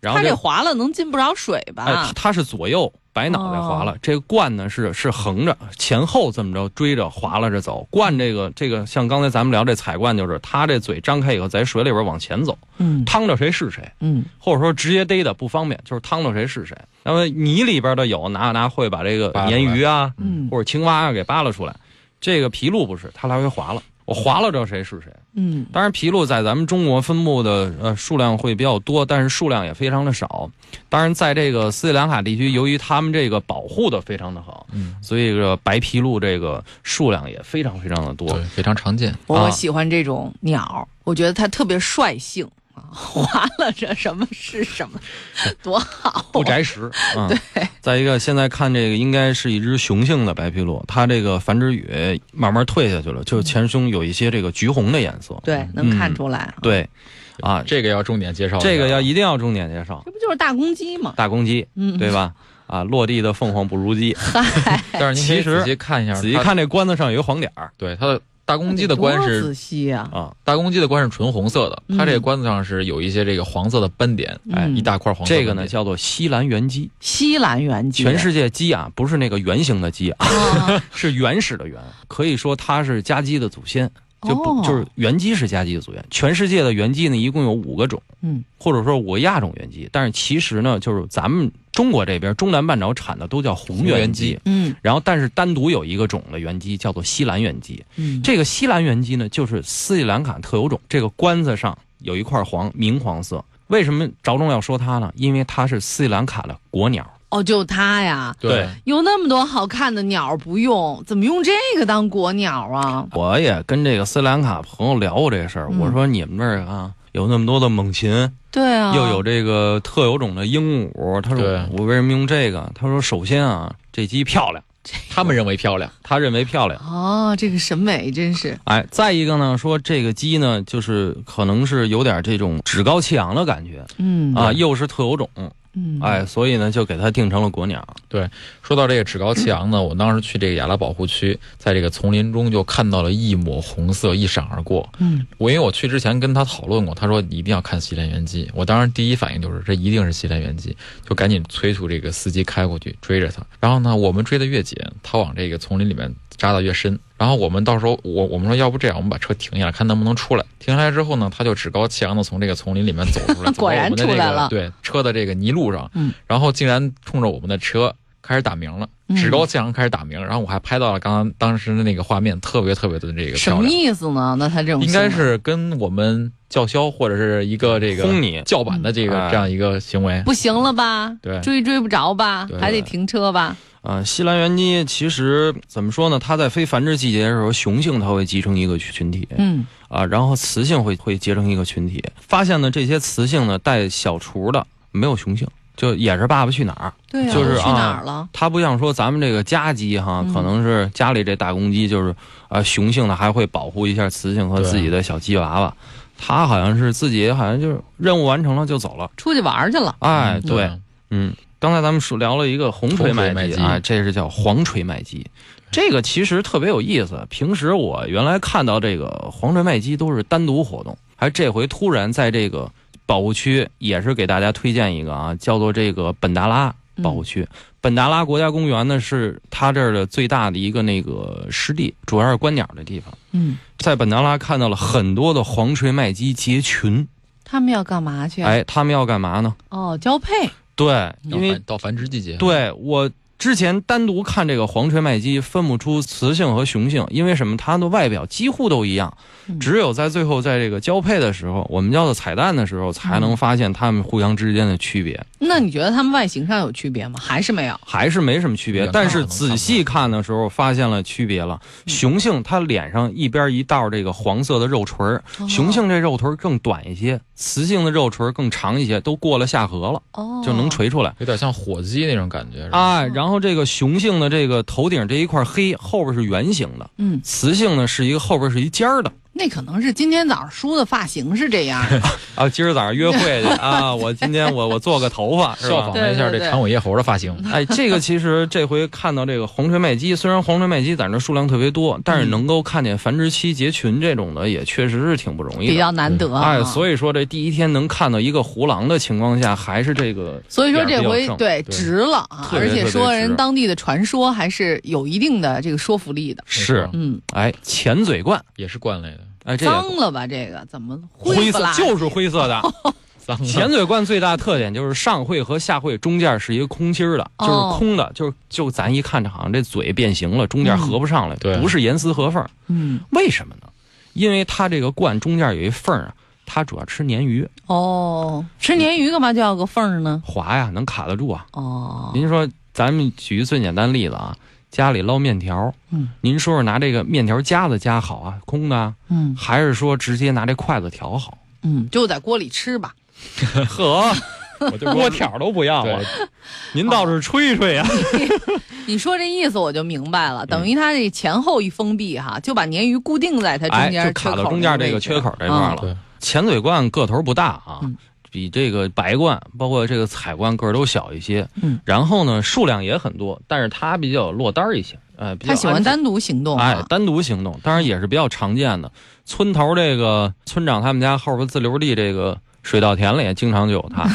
Speaker 2: 然后
Speaker 1: 它
Speaker 2: 这
Speaker 1: 这划了能进不着水
Speaker 2: 哎
Speaker 1: 吧，？
Speaker 2: 它是左右摆脑袋划了，
Speaker 1: 哦
Speaker 2: 这个冠呢是是横着前后这么着追着划拉着走，冠这个这个像刚才咱们聊这彩冠就是它这嘴张开以后在水里边往前走，
Speaker 1: 嗯
Speaker 2: 趟着谁是谁，
Speaker 1: 嗯
Speaker 2: 或者说直接逮的不方便，就是趟着谁是谁。那么泥里边的有拿拿会把这个
Speaker 3: 扒出来
Speaker 2: 鲶鱼啊
Speaker 1: 嗯
Speaker 2: 或者青蛙啊给扒拉出来，这个琵鹭不是，它来回划了，我划了着谁是谁。
Speaker 1: 嗯
Speaker 2: 当然，琵鹭在咱们中国分布的呃数量会比较多，但是数量也非常的少。当然，在这个斯里兰卡地区，由于他们这个保护的非常的好，
Speaker 3: 嗯，
Speaker 2: 所以这个白琵鹭这个数量也非常非常的多
Speaker 3: 对。，非常常见。
Speaker 1: 我
Speaker 2: 啊
Speaker 1: 喜欢这种鸟，我觉得它特别率性啊，划了这什么是什么，多好。
Speaker 2: 不摘食啊。对。再一个，现在看这个应该是一只雄性的白琵鹭，它这个繁殖羽慢慢退下去了，就是前胸有一些这个橘红的颜色。
Speaker 1: 对，能看出来、啊
Speaker 2: 对，啊，
Speaker 3: 这个要重点介绍一下，
Speaker 2: 这个要一定要重点介绍，
Speaker 1: 这不就是大公鸡吗？
Speaker 2: 大公鸡，
Speaker 1: 嗯，
Speaker 2: 对吧？啊，落地的凤凰不如鸡。
Speaker 3: 但是您可以
Speaker 2: 其实
Speaker 3: 仔细看一下，
Speaker 2: 仔细
Speaker 3: 它，
Speaker 2: 看这冠子上有一个黄点儿
Speaker 3: 对它的大公
Speaker 1: 公
Speaker 3: 鸡的冠是
Speaker 1: 仔细啊，
Speaker 2: 啊，
Speaker 3: 大公鸡的冠是纯红色的，
Speaker 1: 嗯
Speaker 3: 它这个冠子上是有一些这个黄色的斑点，
Speaker 2: 哎
Speaker 1: 嗯
Speaker 3: 一大块黄色。
Speaker 2: 这个呢，叫做西兰原鸡。
Speaker 1: 西兰原鸡，
Speaker 2: 全世界鸡啊，不是那个圆形的鸡 啊，
Speaker 1: 啊
Speaker 2: 是原始的原，可以说它是家鸡的祖先。 就不、
Speaker 1: 哦
Speaker 2: 就是原鸡是家鸡的祖先。全世界的原鸡呢，一共有五个种，
Speaker 1: 嗯，
Speaker 2: 或者说五个亚种原鸡。但是其实呢，就是咱们中国这边中南半岛产的都叫红
Speaker 3: 红
Speaker 2: 原
Speaker 3: 原
Speaker 2: 鸡
Speaker 3: 鸡，
Speaker 1: 嗯
Speaker 2: 然后但是单独有一个种的原鸡叫做西兰原鸡。
Speaker 1: 嗯，
Speaker 2: 这个西兰原鸡呢，就是斯里兰卡特有种，这个冠子上有一块黄明黄色。为什么着重要说它呢？因为它是斯里兰卡的国鸟。
Speaker 1: 哦，就它呀，
Speaker 3: 对，
Speaker 1: 有那么多好看的鸟不用，怎么用这个当国鸟啊？
Speaker 2: 我也跟这个斯里兰卡朋友聊过这事儿，
Speaker 1: 嗯
Speaker 2: 我说你们那儿啊有那么多的猛禽，
Speaker 1: 对啊，
Speaker 2: 又有这个特有种的鹦鹉，他说
Speaker 3: 对
Speaker 2: 我为什么用这个？他说首先啊，这鸡漂亮，
Speaker 3: 他们认为漂亮，
Speaker 2: 他认为漂亮。
Speaker 1: 哦，这个审美真是，
Speaker 2: 哎，再一个呢，说这个鸡呢，就是可能是有点这种趾高气扬的感觉
Speaker 1: 嗯
Speaker 2: 啊，，又是特有种，
Speaker 1: 嗯，
Speaker 2: 哎，，所以呢就给它定成了国鸟。
Speaker 3: 说到这个趾高气扬呢，我当时去这个雅拉保护区，在这个丛林中就看到了一抹红色一闪而过。
Speaker 1: 嗯，
Speaker 3: 我因为我去之前跟他讨论过，他说你一定要看西兰原鸡。我当时第一反应就是这一定是西兰原鸡，就赶紧催促这个司机开过去追着他。然后呢，我们追得越紧，他往这个丛林里面扎得越深。然后我们到时候，我我们说要不这样，我们把车停下来，看能不能出来。停下来之后呢，他就趾高气扬的从这个丛林 里面走出来，
Speaker 1: 果然
Speaker 3: 走到我们的这
Speaker 1: 出来了
Speaker 3: 个对车的这个泥路上，
Speaker 1: 嗯
Speaker 3: 然后竟然冲着我们的车开始打鸣了。
Speaker 1: 嗯
Speaker 3: 趾高气扬开始打鸣，然后我还拍到了刚刚当时的那个画面，特别特别的这个
Speaker 1: 什
Speaker 3: 漂
Speaker 1: 么
Speaker 3: 亮。
Speaker 1: 意思呢？那它这种
Speaker 3: 应该
Speaker 1: 行为
Speaker 3: 是跟我们叫嚣或者是一个这
Speaker 2: 嗯
Speaker 3: 个
Speaker 2: 轰你
Speaker 3: 叫板的这个
Speaker 2: 嗯
Speaker 3: 这样一个 行为。
Speaker 1: 不行了吧？
Speaker 3: 对
Speaker 1: 追追不着吧
Speaker 3: 对？
Speaker 1: 还得停车吧？
Speaker 2: 啊，西兰原鸡其实怎么说呢？它在非繁殖季节的时候，雄性它会集成一个群体，
Speaker 1: 嗯
Speaker 2: 啊，然后雌性会会结成一个群体。发现呢，这些雌性呢带小雏的没有雄性，就也是《爸爸去哪儿》。
Speaker 1: 对呀，
Speaker 2: 就是
Speaker 1: 去哪
Speaker 2: 啊
Speaker 1: 儿了？
Speaker 2: 它不像说咱们这个家鸡哈，
Speaker 1: 嗯
Speaker 2: 可能是家里这大公鸡就是啊雄性的还会保护一下雌性和
Speaker 3: 对
Speaker 2: 自己的小鸡娃娃。它好像是自己好像就是任务完成了就走了。
Speaker 1: 出去玩儿去了。
Speaker 2: 哎，
Speaker 3: 嗯
Speaker 2: 对，，嗯，刚才咱们说聊了一个红锤麦
Speaker 3: 红锤麦
Speaker 2: 鸡
Speaker 3: 鸡
Speaker 2: 啊，这是叫黄锤麦鸡。这个其实特别有意思。平时我原来看到这个黄锤麦鸡都是单独活动，还这回突然在这个保护区也是给大家推荐一个啊，叫做这个本达拉
Speaker 1: 嗯
Speaker 2: 保护区。
Speaker 3: 嗯
Speaker 2: 本达拉国家公园呢是它这儿的最大的一个那个湿地，主要是观鸟的地方。
Speaker 1: 嗯，
Speaker 2: 在本达拉看到了很多的黄锤麦鸡结群，
Speaker 1: 他们要干嘛去？啊
Speaker 2: 哎，他们要干嘛呢？
Speaker 1: 哦，交配。
Speaker 2: 对，
Speaker 3: 因
Speaker 2: 因为
Speaker 3: 为到繁殖季节，，
Speaker 2: 对我之前单独看这个黄锤麦鸡，分不出雌性和雄性，因为什么？它的外表几乎都一样，
Speaker 1: 嗯
Speaker 2: 只有在最后在这个交配的时候，我们叫做彩蛋的时候，才能发现它们互相之间的区别，
Speaker 1: 那你觉得它们外形上有区别吗？还是没有？
Speaker 2: 还是没什么区别
Speaker 3: 远。看
Speaker 2: 但是仔细看的时候，发现了区别了。
Speaker 1: 嗯
Speaker 2: 雄性它脸上一边一道这个黄色的肉锤儿，
Speaker 1: 哦嗯
Speaker 2: 雄性这肉锤儿更短一些，雌性的肉锤儿更长一些，都过了下颌了，
Speaker 1: 哦，
Speaker 2: 就能锤出来。
Speaker 3: 有点像火鸡那种感觉。是吧，
Speaker 2: 啊，然后这个雄性的这个头顶这一块黑，后边是圆形的；
Speaker 1: 嗯，
Speaker 2: 雌性呢是一个后边是一尖儿的。
Speaker 1: 那可能是今天早上梳的发型是 这样的。
Speaker 2: 啊，今儿早上约会去啊，我今天我我做个头发是
Speaker 3: 效
Speaker 2: 吧
Speaker 3: 仿？了一下
Speaker 1: 对对
Speaker 3: 这
Speaker 1: 对
Speaker 3: 长尾叶猴的发型。
Speaker 2: 哎，这个其实这回看到这个红锤麦鸡，虽然红锤麦鸡在那数量特别多，但是
Speaker 1: 嗯
Speaker 2: 能够看见繁殖期结群这种的，也确实是挺不容易的。
Speaker 1: 比较难得、啊。
Speaker 2: 哎，所以说这第一天能看到一个胡狼的情况下，还是这个
Speaker 1: 所以说这
Speaker 2: 比
Speaker 1: 回
Speaker 2: 较正
Speaker 1: 对
Speaker 3: 对
Speaker 1: 值了啊，
Speaker 2: 特别
Speaker 1: 而且
Speaker 2: 特
Speaker 1: 说
Speaker 2: 别值
Speaker 1: 人当地的传说还是有一定的这个说服力的。
Speaker 2: 是
Speaker 1: 嗯，
Speaker 2: 哎前嘴冠，
Speaker 3: 也是冠类的，
Speaker 2: 哎这也
Speaker 1: 脏了吧？这个怎么啊不
Speaker 2: 灰色
Speaker 1: 拉？
Speaker 2: 就是灰色的，
Speaker 3: 脏 啊。
Speaker 2: 浅嘴冠最大特点就是上喙和下喙中间是一个空心儿的，
Speaker 1: 哦
Speaker 2: 就是空的，就是就咱一看着好像这嘴变形了，中间合不上来，
Speaker 3: 对
Speaker 2: 不是严丝合缝儿，
Speaker 1: 嗯，
Speaker 2: 为什么呢？因为它这个冠中间有一缝儿啊，它主要吃鲶鱼，
Speaker 1: 哦，吃鲶鱼干嘛就要个缝儿呢？
Speaker 2: 滑呀，能卡得住啊。
Speaker 1: 哦，
Speaker 2: 您说，咱们举一最简单例子啊，家里捞面条，
Speaker 1: 嗯
Speaker 2: 您说是拿这个面条夹子夹好啊，空的啊，
Speaker 1: 嗯
Speaker 2: 还是说直接拿这筷子挑好？
Speaker 1: 嗯，就在锅里吃吧。
Speaker 2: 呵，
Speaker 3: 我就
Speaker 2: 锅挑都不要
Speaker 3: 对
Speaker 2: 了，您倒是吹啊吹呀、
Speaker 1: 你说这意思我就明白
Speaker 2: 嗯
Speaker 1: 了，等于它这前后一封闭哈，就把鲶鱼固定在它
Speaker 2: 哎，
Speaker 1: 中间
Speaker 2: 就
Speaker 1: 缺
Speaker 2: 卡
Speaker 1: 口
Speaker 2: 到
Speaker 1: 那
Speaker 2: 中间
Speaker 1: 个
Speaker 2: 这
Speaker 1: 位
Speaker 2: 个
Speaker 1: 置
Speaker 2: 缺口这块儿
Speaker 1: 嗯
Speaker 2: 了。
Speaker 3: 对
Speaker 2: 浅嘴冠个头不大啊，
Speaker 1: 嗯
Speaker 2: 比这个白冠包括这个彩冠个儿都小一些。
Speaker 1: 嗯，
Speaker 2: 然后呢，数量也很多，但是它比较落单儿一些。呃，比较
Speaker 1: 它喜欢
Speaker 2: 安静
Speaker 1: 单独行动
Speaker 2: 哎
Speaker 1: 啊，，
Speaker 2: 单独行动，当然也是比较常见的。村头这个村长他们家后边自留地这个水稻田里也经常就有 它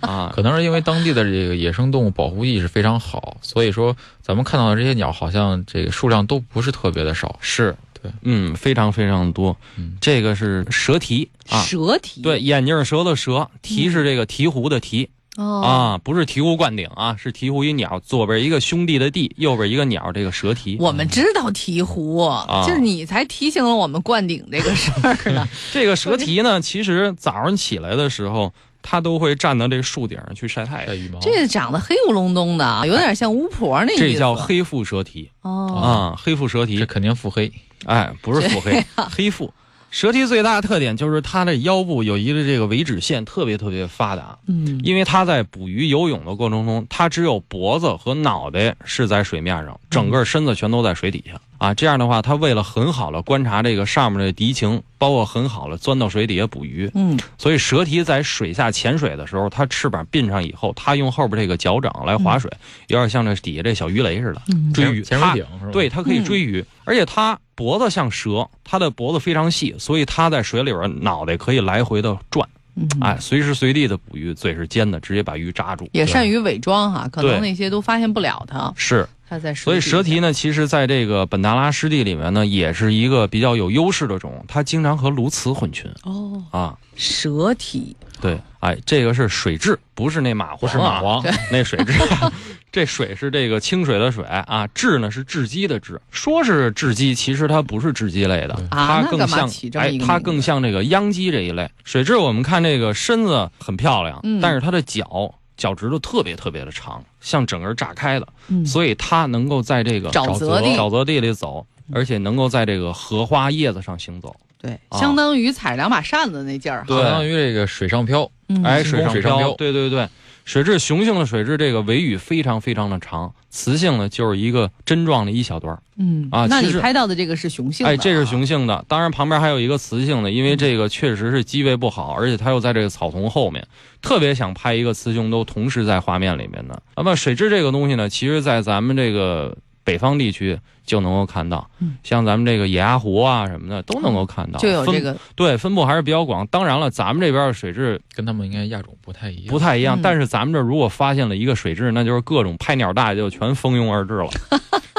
Speaker 2: 啊。
Speaker 3: 可能是因为当地的这个野生动物保护意识非常好，所以说咱们看到的这些鸟好像这个数量都不是特别的少。
Speaker 2: 是，
Speaker 3: 对，
Speaker 2: 嗯，非常非常多。
Speaker 3: 嗯
Speaker 2: 这个是蛇蹄啊，
Speaker 1: 蛇蹄
Speaker 2: 对，眼镜蛇的蛇，蹄是这个鹈鹕的鹈、
Speaker 1: 哦。
Speaker 2: 啊，不是鹈鹕冠顶啊，是鹈鹕一鸟，左边一个兄弟的弟，右边一个鸟，这个蛇蹄。
Speaker 1: 我们知道鹈鹕，
Speaker 2: 啊
Speaker 1: 就是你才提醒了我们灌顶这个事儿呢。
Speaker 2: 这个蛇蹄呢，其实早上起来的时候，它都会站到这个树顶上去晒太
Speaker 3: 带
Speaker 2: 阳，
Speaker 3: 羽毛，
Speaker 1: 这长得黑咕隆咚的啊，有点像巫婆那意思。
Speaker 2: 这叫黑腹蛇蹄。
Speaker 1: 哦，
Speaker 2: 啊，黑腹蛇
Speaker 3: 这
Speaker 2: 蹄，
Speaker 3: 肯定腹黑。
Speaker 2: 哎，不是腹黑， 黑腹。蛇蹄最大的特点就是它的腰部有一个这个尾指线特别特别发达，
Speaker 1: 嗯，
Speaker 2: 因为它在捕鱼游泳的过程中，它只有脖子和脑袋是在水面上，整个身子全都在水底下啊。这样的话，它为了很好的观察这个上面的敌情，包括很好的钻到水底下捕鱼，
Speaker 1: 嗯，
Speaker 2: 所以蛇蹄在水下潜水的时候，它翅膀并上以后，它用后边这个脚掌来划水，有点像这底下这小鱼雷似的
Speaker 1: 嗯
Speaker 2: 追鱼。
Speaker 3: 潜
Speaker 2: 它
Speaker 3: 水艇是吧？
Speaker 2: 对，，它可以追鱼，而且它脖子像蛇，它的脖子非常细，所以它在水里边脑袋可以来回的转，
Speaker 1: 嗯
Speaker 2: 哎，随时随地的捕鱼，嘴是尖的，直接把鱼扎住。
Speaker 1: 也善于伪装哈，可
Speaker 2: 对
Speaker 1: 能那些都发现不了它。
Speaker 2: 是，
Speaker 1: 它在
Speaker 2: 所以蛇
Speaker 1: 水底
Speaker 2: 蹄呢，其实在这个本达拉湿地里面呢，也是一个比较有优势的种，它经常和鸬鹚混群
Speaker 1: 下哦，
Speaker 2: 啊。
Speaker 1: 蛇蹄
Speaker 2: 对，哎，这个是水蛭，不是那蚂蟥、啊，
Speaker 3: 不是马王，
Speaker 2: 那水蛭， 这水是这个清水的水啊，雉呢是雉鸡的雉，说是雉鸡，其实它不是雉鸡类的，
Speaker 1: 啊
Speaker 2: 它更
Speaker 1: 那干嘛
Speaker 2: 像
Speaker 1: 起这么
Speaker 2: 哎
Speaker 1: 一，个
Speaker 2: 它
Speaker 1: 名字
Speaker 2: 更像这个秧鸡这一类。水蛭我们看这个身子很漂亮，
Speaker 1: 嗯
Speaker 2: 但是它的脚脚趾头特别特别的长，像整个炸开的，
Speaker 1: 嗯
Speaker 2: 所以它能够在这个
Speaker 1: 沼
Speaker 3: 泽
Speaker 1: 泽地，嗯
Speaker 2: 沼泽地里走，而且能够在这个荷花叶子上行走。
Speaker 1: 对，
Speaker 2: 啊
Speaker 1: 相当于踩两把扇子那劲儿哈。
Speaker 2: 对
Speaker 3: 相当于这个水上漂。
Speaker 1: 嗯
Speaker 2: 哎，
Speaker 3: 轻
Speaker 2: 水
Speaker 3: 功
Speaker 2: 上
Speaker 3: 水上漂
Speaker 2: 对对对，水蛭雄性的水蛭这个尾羽非常非常的长，雌性呢就是一个针状的一小段儿，
Speaker 1: 嗯
Speaker 2: 啊
Speaker 1: 那
Speaker 2: 其
Speaker 1: 你
Speaker 2: 实
Speaker 1: 拍到的这个是雄性的啊，
Speaker 2: 哎，这是雄性的，当然旁边还有一个雌性的，因为这个确实是机位不好，而且它又在这个草丛后面，特别想拍一个雌雄都同时在画面里面的。那么水蛭这个东西呢，其实在咱们这个北方地区就能够看到，
Speaker 1: 嗯
Speaker 2: 像咱们这个野鸭湖啊什么的都能够看到，
Speaker 1: 就有
Speaker 2: 分
Speaker 1: 这个
Speaker 2: 对分布还是比较广。当然了，咱们这边的水蛭
Speaker 3: 跟他们应该亚种不太一样
Speaker 2: 不。太一样。
Speaker 1: 嗯
Speaker 2: 但是咱们这儿如果发现了一个水蛭，那就是各种拍鸟大爷就全蜂拥而至 了，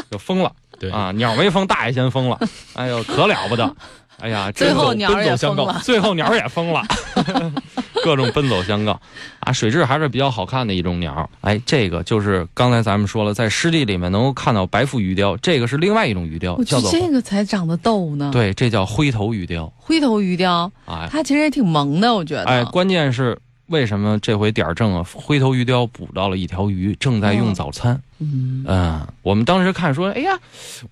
Speaker 2: 就疯了
Speaker 3: 对，
Speaker 2: 啊！鸟没疯，大爷先 疯了，哎呦，可了不得！哎呀，
Speaker 1: 最
Speaker 2: 真
Speaker 1: 后
Speaker 2: 走
Speaker 1: 鸟儿也疯
Speaker 3: 奔走相告
Speaker 1: 了。
Speaker 2: 最后鸟 儿也疯了， 各种奔走相告啊！水蛭还是比较好看的一种鸟。哎，这个就是刚才咱们说了，在湿地里面能够看到白腹鱼雕，这个是另外一种鱼雕，
Speaker 1: 我觉
Speaker 2: 叫
Speaker 1: 得
Speaker 2: 做
Speaker 1: 哦这个才长得逗呢。，
Speaker 2: 对，这叫灰头鱼雕。
Speaker 1: 灰头鱼雕，
Speaker 2: 哎
Speaker 1: 它其实也挺萌的，我觉得。
Speaker 2: 哎，关键是为什么这回点儿正啊？灰头鱼雕捕到了一条鱼，正在用
Speaker 1: 哦
Speaker 2: 早餐。
Speaker 1: 嗯，
Speaker 2: 嗯，我们当时看说，哎呀，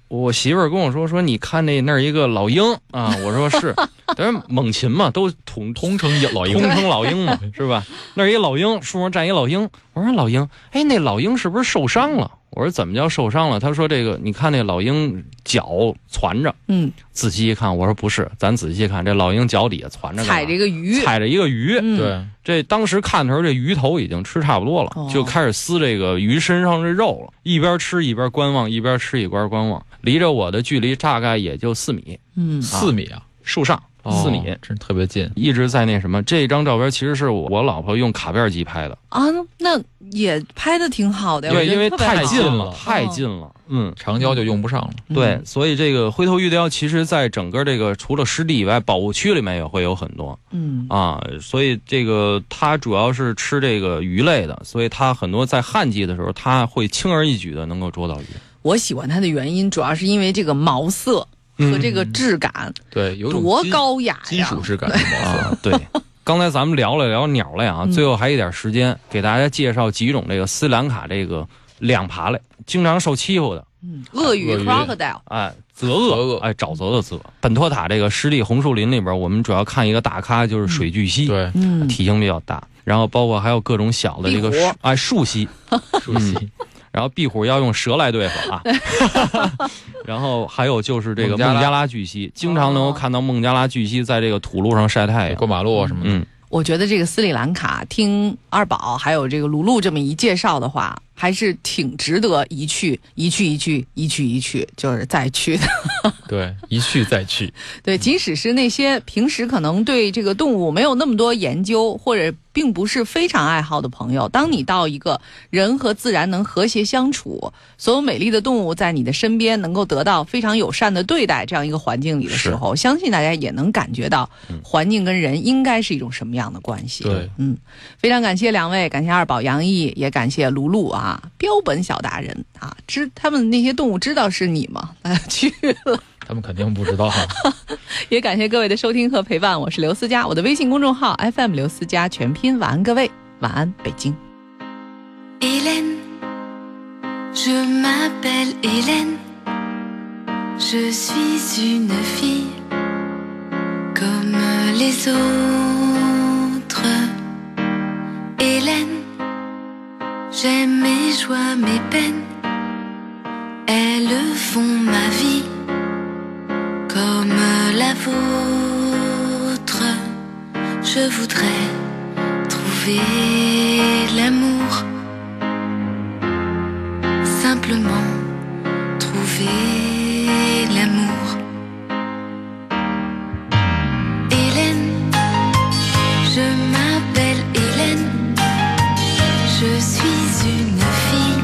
Speaker 2: 我媳妇儿跟我说说，你看那那儿一个老鹰啊，我说 是，但是猛禽嘛，都统统
Speaker 3: 通称老鹰
Speaker 2: 通，称老鹰嘛，是吧？那儿一老鹰，树上站一老鹰，我说老鹰，哎，那老鹰是不是受伤了？我说怎么叫受伤了？他说这个，你看那老鹰脚攒着，
Speaker 1: 嗯，
Speaker 2: 仔细一看，我说不是，咱仔细看，这老鹰脚底下攒着干嘛
Speaker 1: 踩这个鱼，
Speaker 2: 踩着一个鱼，
Speaker 1: 嗯，
Speaker 3: 对，
Speaker 2: 这当时看的时候，这鱼头已经吃差不多了，
Speaker 1: 哦
Speaker 2: 就开始撕这个鱼身上这肉了，一边吃一边观望，一边吃一边观望，离着我的距离大概也就四米，
Speaker 1: 嗯，
Speaker 3: 四米啊，
Speaker 2: 树上
Speaker 1: 哦
Speaker 2: 四米，
Speaker 3: 真特别近。
Speaker 2: 一直在那什么。这张照片其实是我老婆用卡片机拍的，
Speaker 1: 啊，那也拍的挺好的哎呀，我
Speaker 2: 对，
Speaker 1: 觉得
Speaker 2: 因为
Speaker 1: 特别
Speaker 2: 太
Speaker 1: 好嗯
Speaker 2: 近
Speaker 3: 哦
Speaker 2: 了，太近了，嗯。
Speaker 3: 长焦就用不上了，
Speaker 2: 对，，所以这个灰头玉雕，其实在整个这个除了湿地以外，保护区里面也会有很多
Speaker 1: 嗯嗯
Speaker 2: 啊。所以这个它主要是吃这个鱼类的，所以它很多在旱季的时候，它会轻而易举的能够捉到鱼。
Speaker 1: 我喜欢它的原因主要是因为这个毛色和这
Speaker 2: 嗯
Speaker 1: 个质感，
Speaker 3: 对，有一种
Speaker 1: 多
Speaker 3: 金
Speaker 1: 高雅呀！
Speaker 3: 金属质感 的毛色。
Speaker 2: 啊，对。刚才咱们聊了聊鸟类啊，
Speaker 1: 嗯
Speaker 2: 最后还一点时间，给大家介绍几种这个斯里兰卡这个两爬类经常受欺负的，
Speaker 1: 嗯鳄鱼
Speaker 3: 鳄鱼
Speaker 1: crocodile，
Speaker 2: 哎，泽
Speaker 3: 泽
Speaker 2: 鳄，
Speaker 3: 鳄
Speaker 2: 哎，沼泽的泽。本托塔这个湿地红树林里边，我们主要看一个大咖就是水巨蜥，
Speaker 3: 对，
Speaker 1: 嗯，
Speaker 2: 体型比较大，然后包括还有各种小的这个
Speaker 1: 壁虎
Speaker 2: 树哎树蜥，
Speaker 3: 熟悉
Speaker 1: 嗯
Speaker 2: 然后壁虎要用蛇来对付啊， 然后还有就是这个
Speaker 3: 孟加拉
Speaker 2: 孟加拉巨蜥，经常能够看到孟加拉巨蜥在这个土路上晒太
Speaker 3: 过
Speaker 2: 阳，
Speaker 3: 马路啊什么的。
Speaker 2: 嗯。
Speaker 1: 我觉得这个斯里兰卡，听二宝还有这个卢露这么一介绍的话，还是挺值得一去一去一去一去一去，就是再去的。
Speaker 3: 对，一去再去，
Speaker 1: 对，即使是那些平时可能对这个动物没有那么多研究，或者并不是非常爱好的朋友，当你到一个人和自然能和谐相处，所有美丽的动物在你的身边能够得到非常友善的对待这样一个环境里的时候，相信大家也能感觉到环境跟人应该是一种什么样的关系。
Speaker 3: 对，
Speaker 1: 嗯，非常感谢两位，感谢二宝杨毅，也感谢卢露啊，标本小达人啊，知他们那些动物知道是你吗？ 大家去
Speaker 3: 他们肯定不知道。啊
Speaker 1: 也感谢各位的收听和陪伴，我是刘思佳，我的微信公众号 FM 刘思佳全拼，晚安各位，晚安北京。
Speaker 4: Hélène, je m'appelle Hélène, je suis une fille comme les autres. Hélène, j'aime mes joies, mes peines, elles font ma vie comme la vôtre. Je voudrais trouver l'amour simplement trouver l'amour. Hélène, je m'appelle Hélène, je suis une fille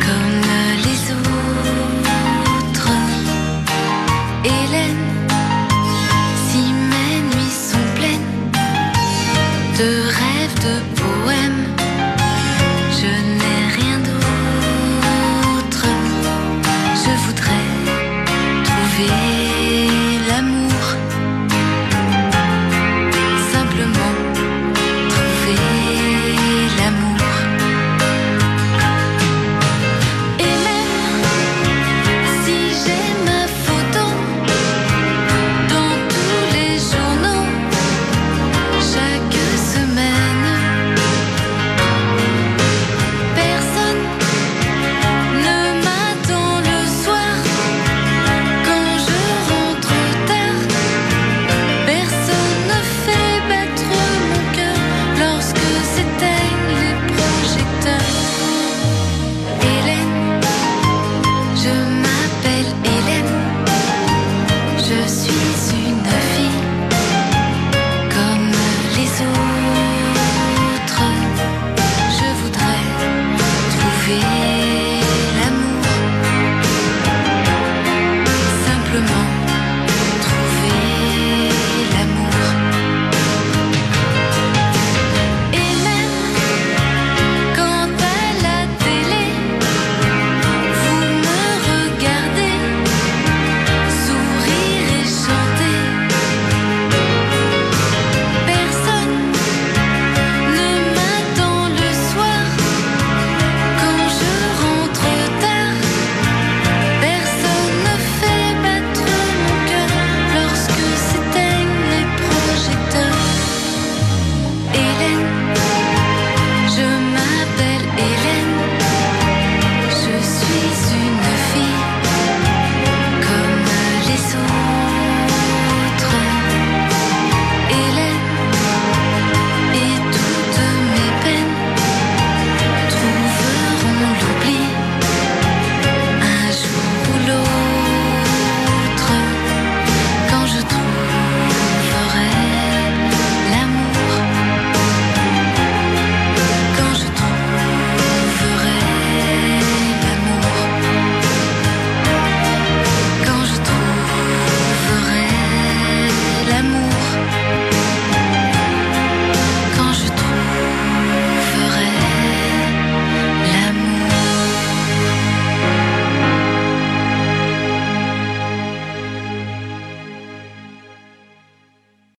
Speaker 4: comme les autres. Hélène, si mes nuits sont pleines de rêves, de poèmes, je n'ai rien d'autre. Je voudrais.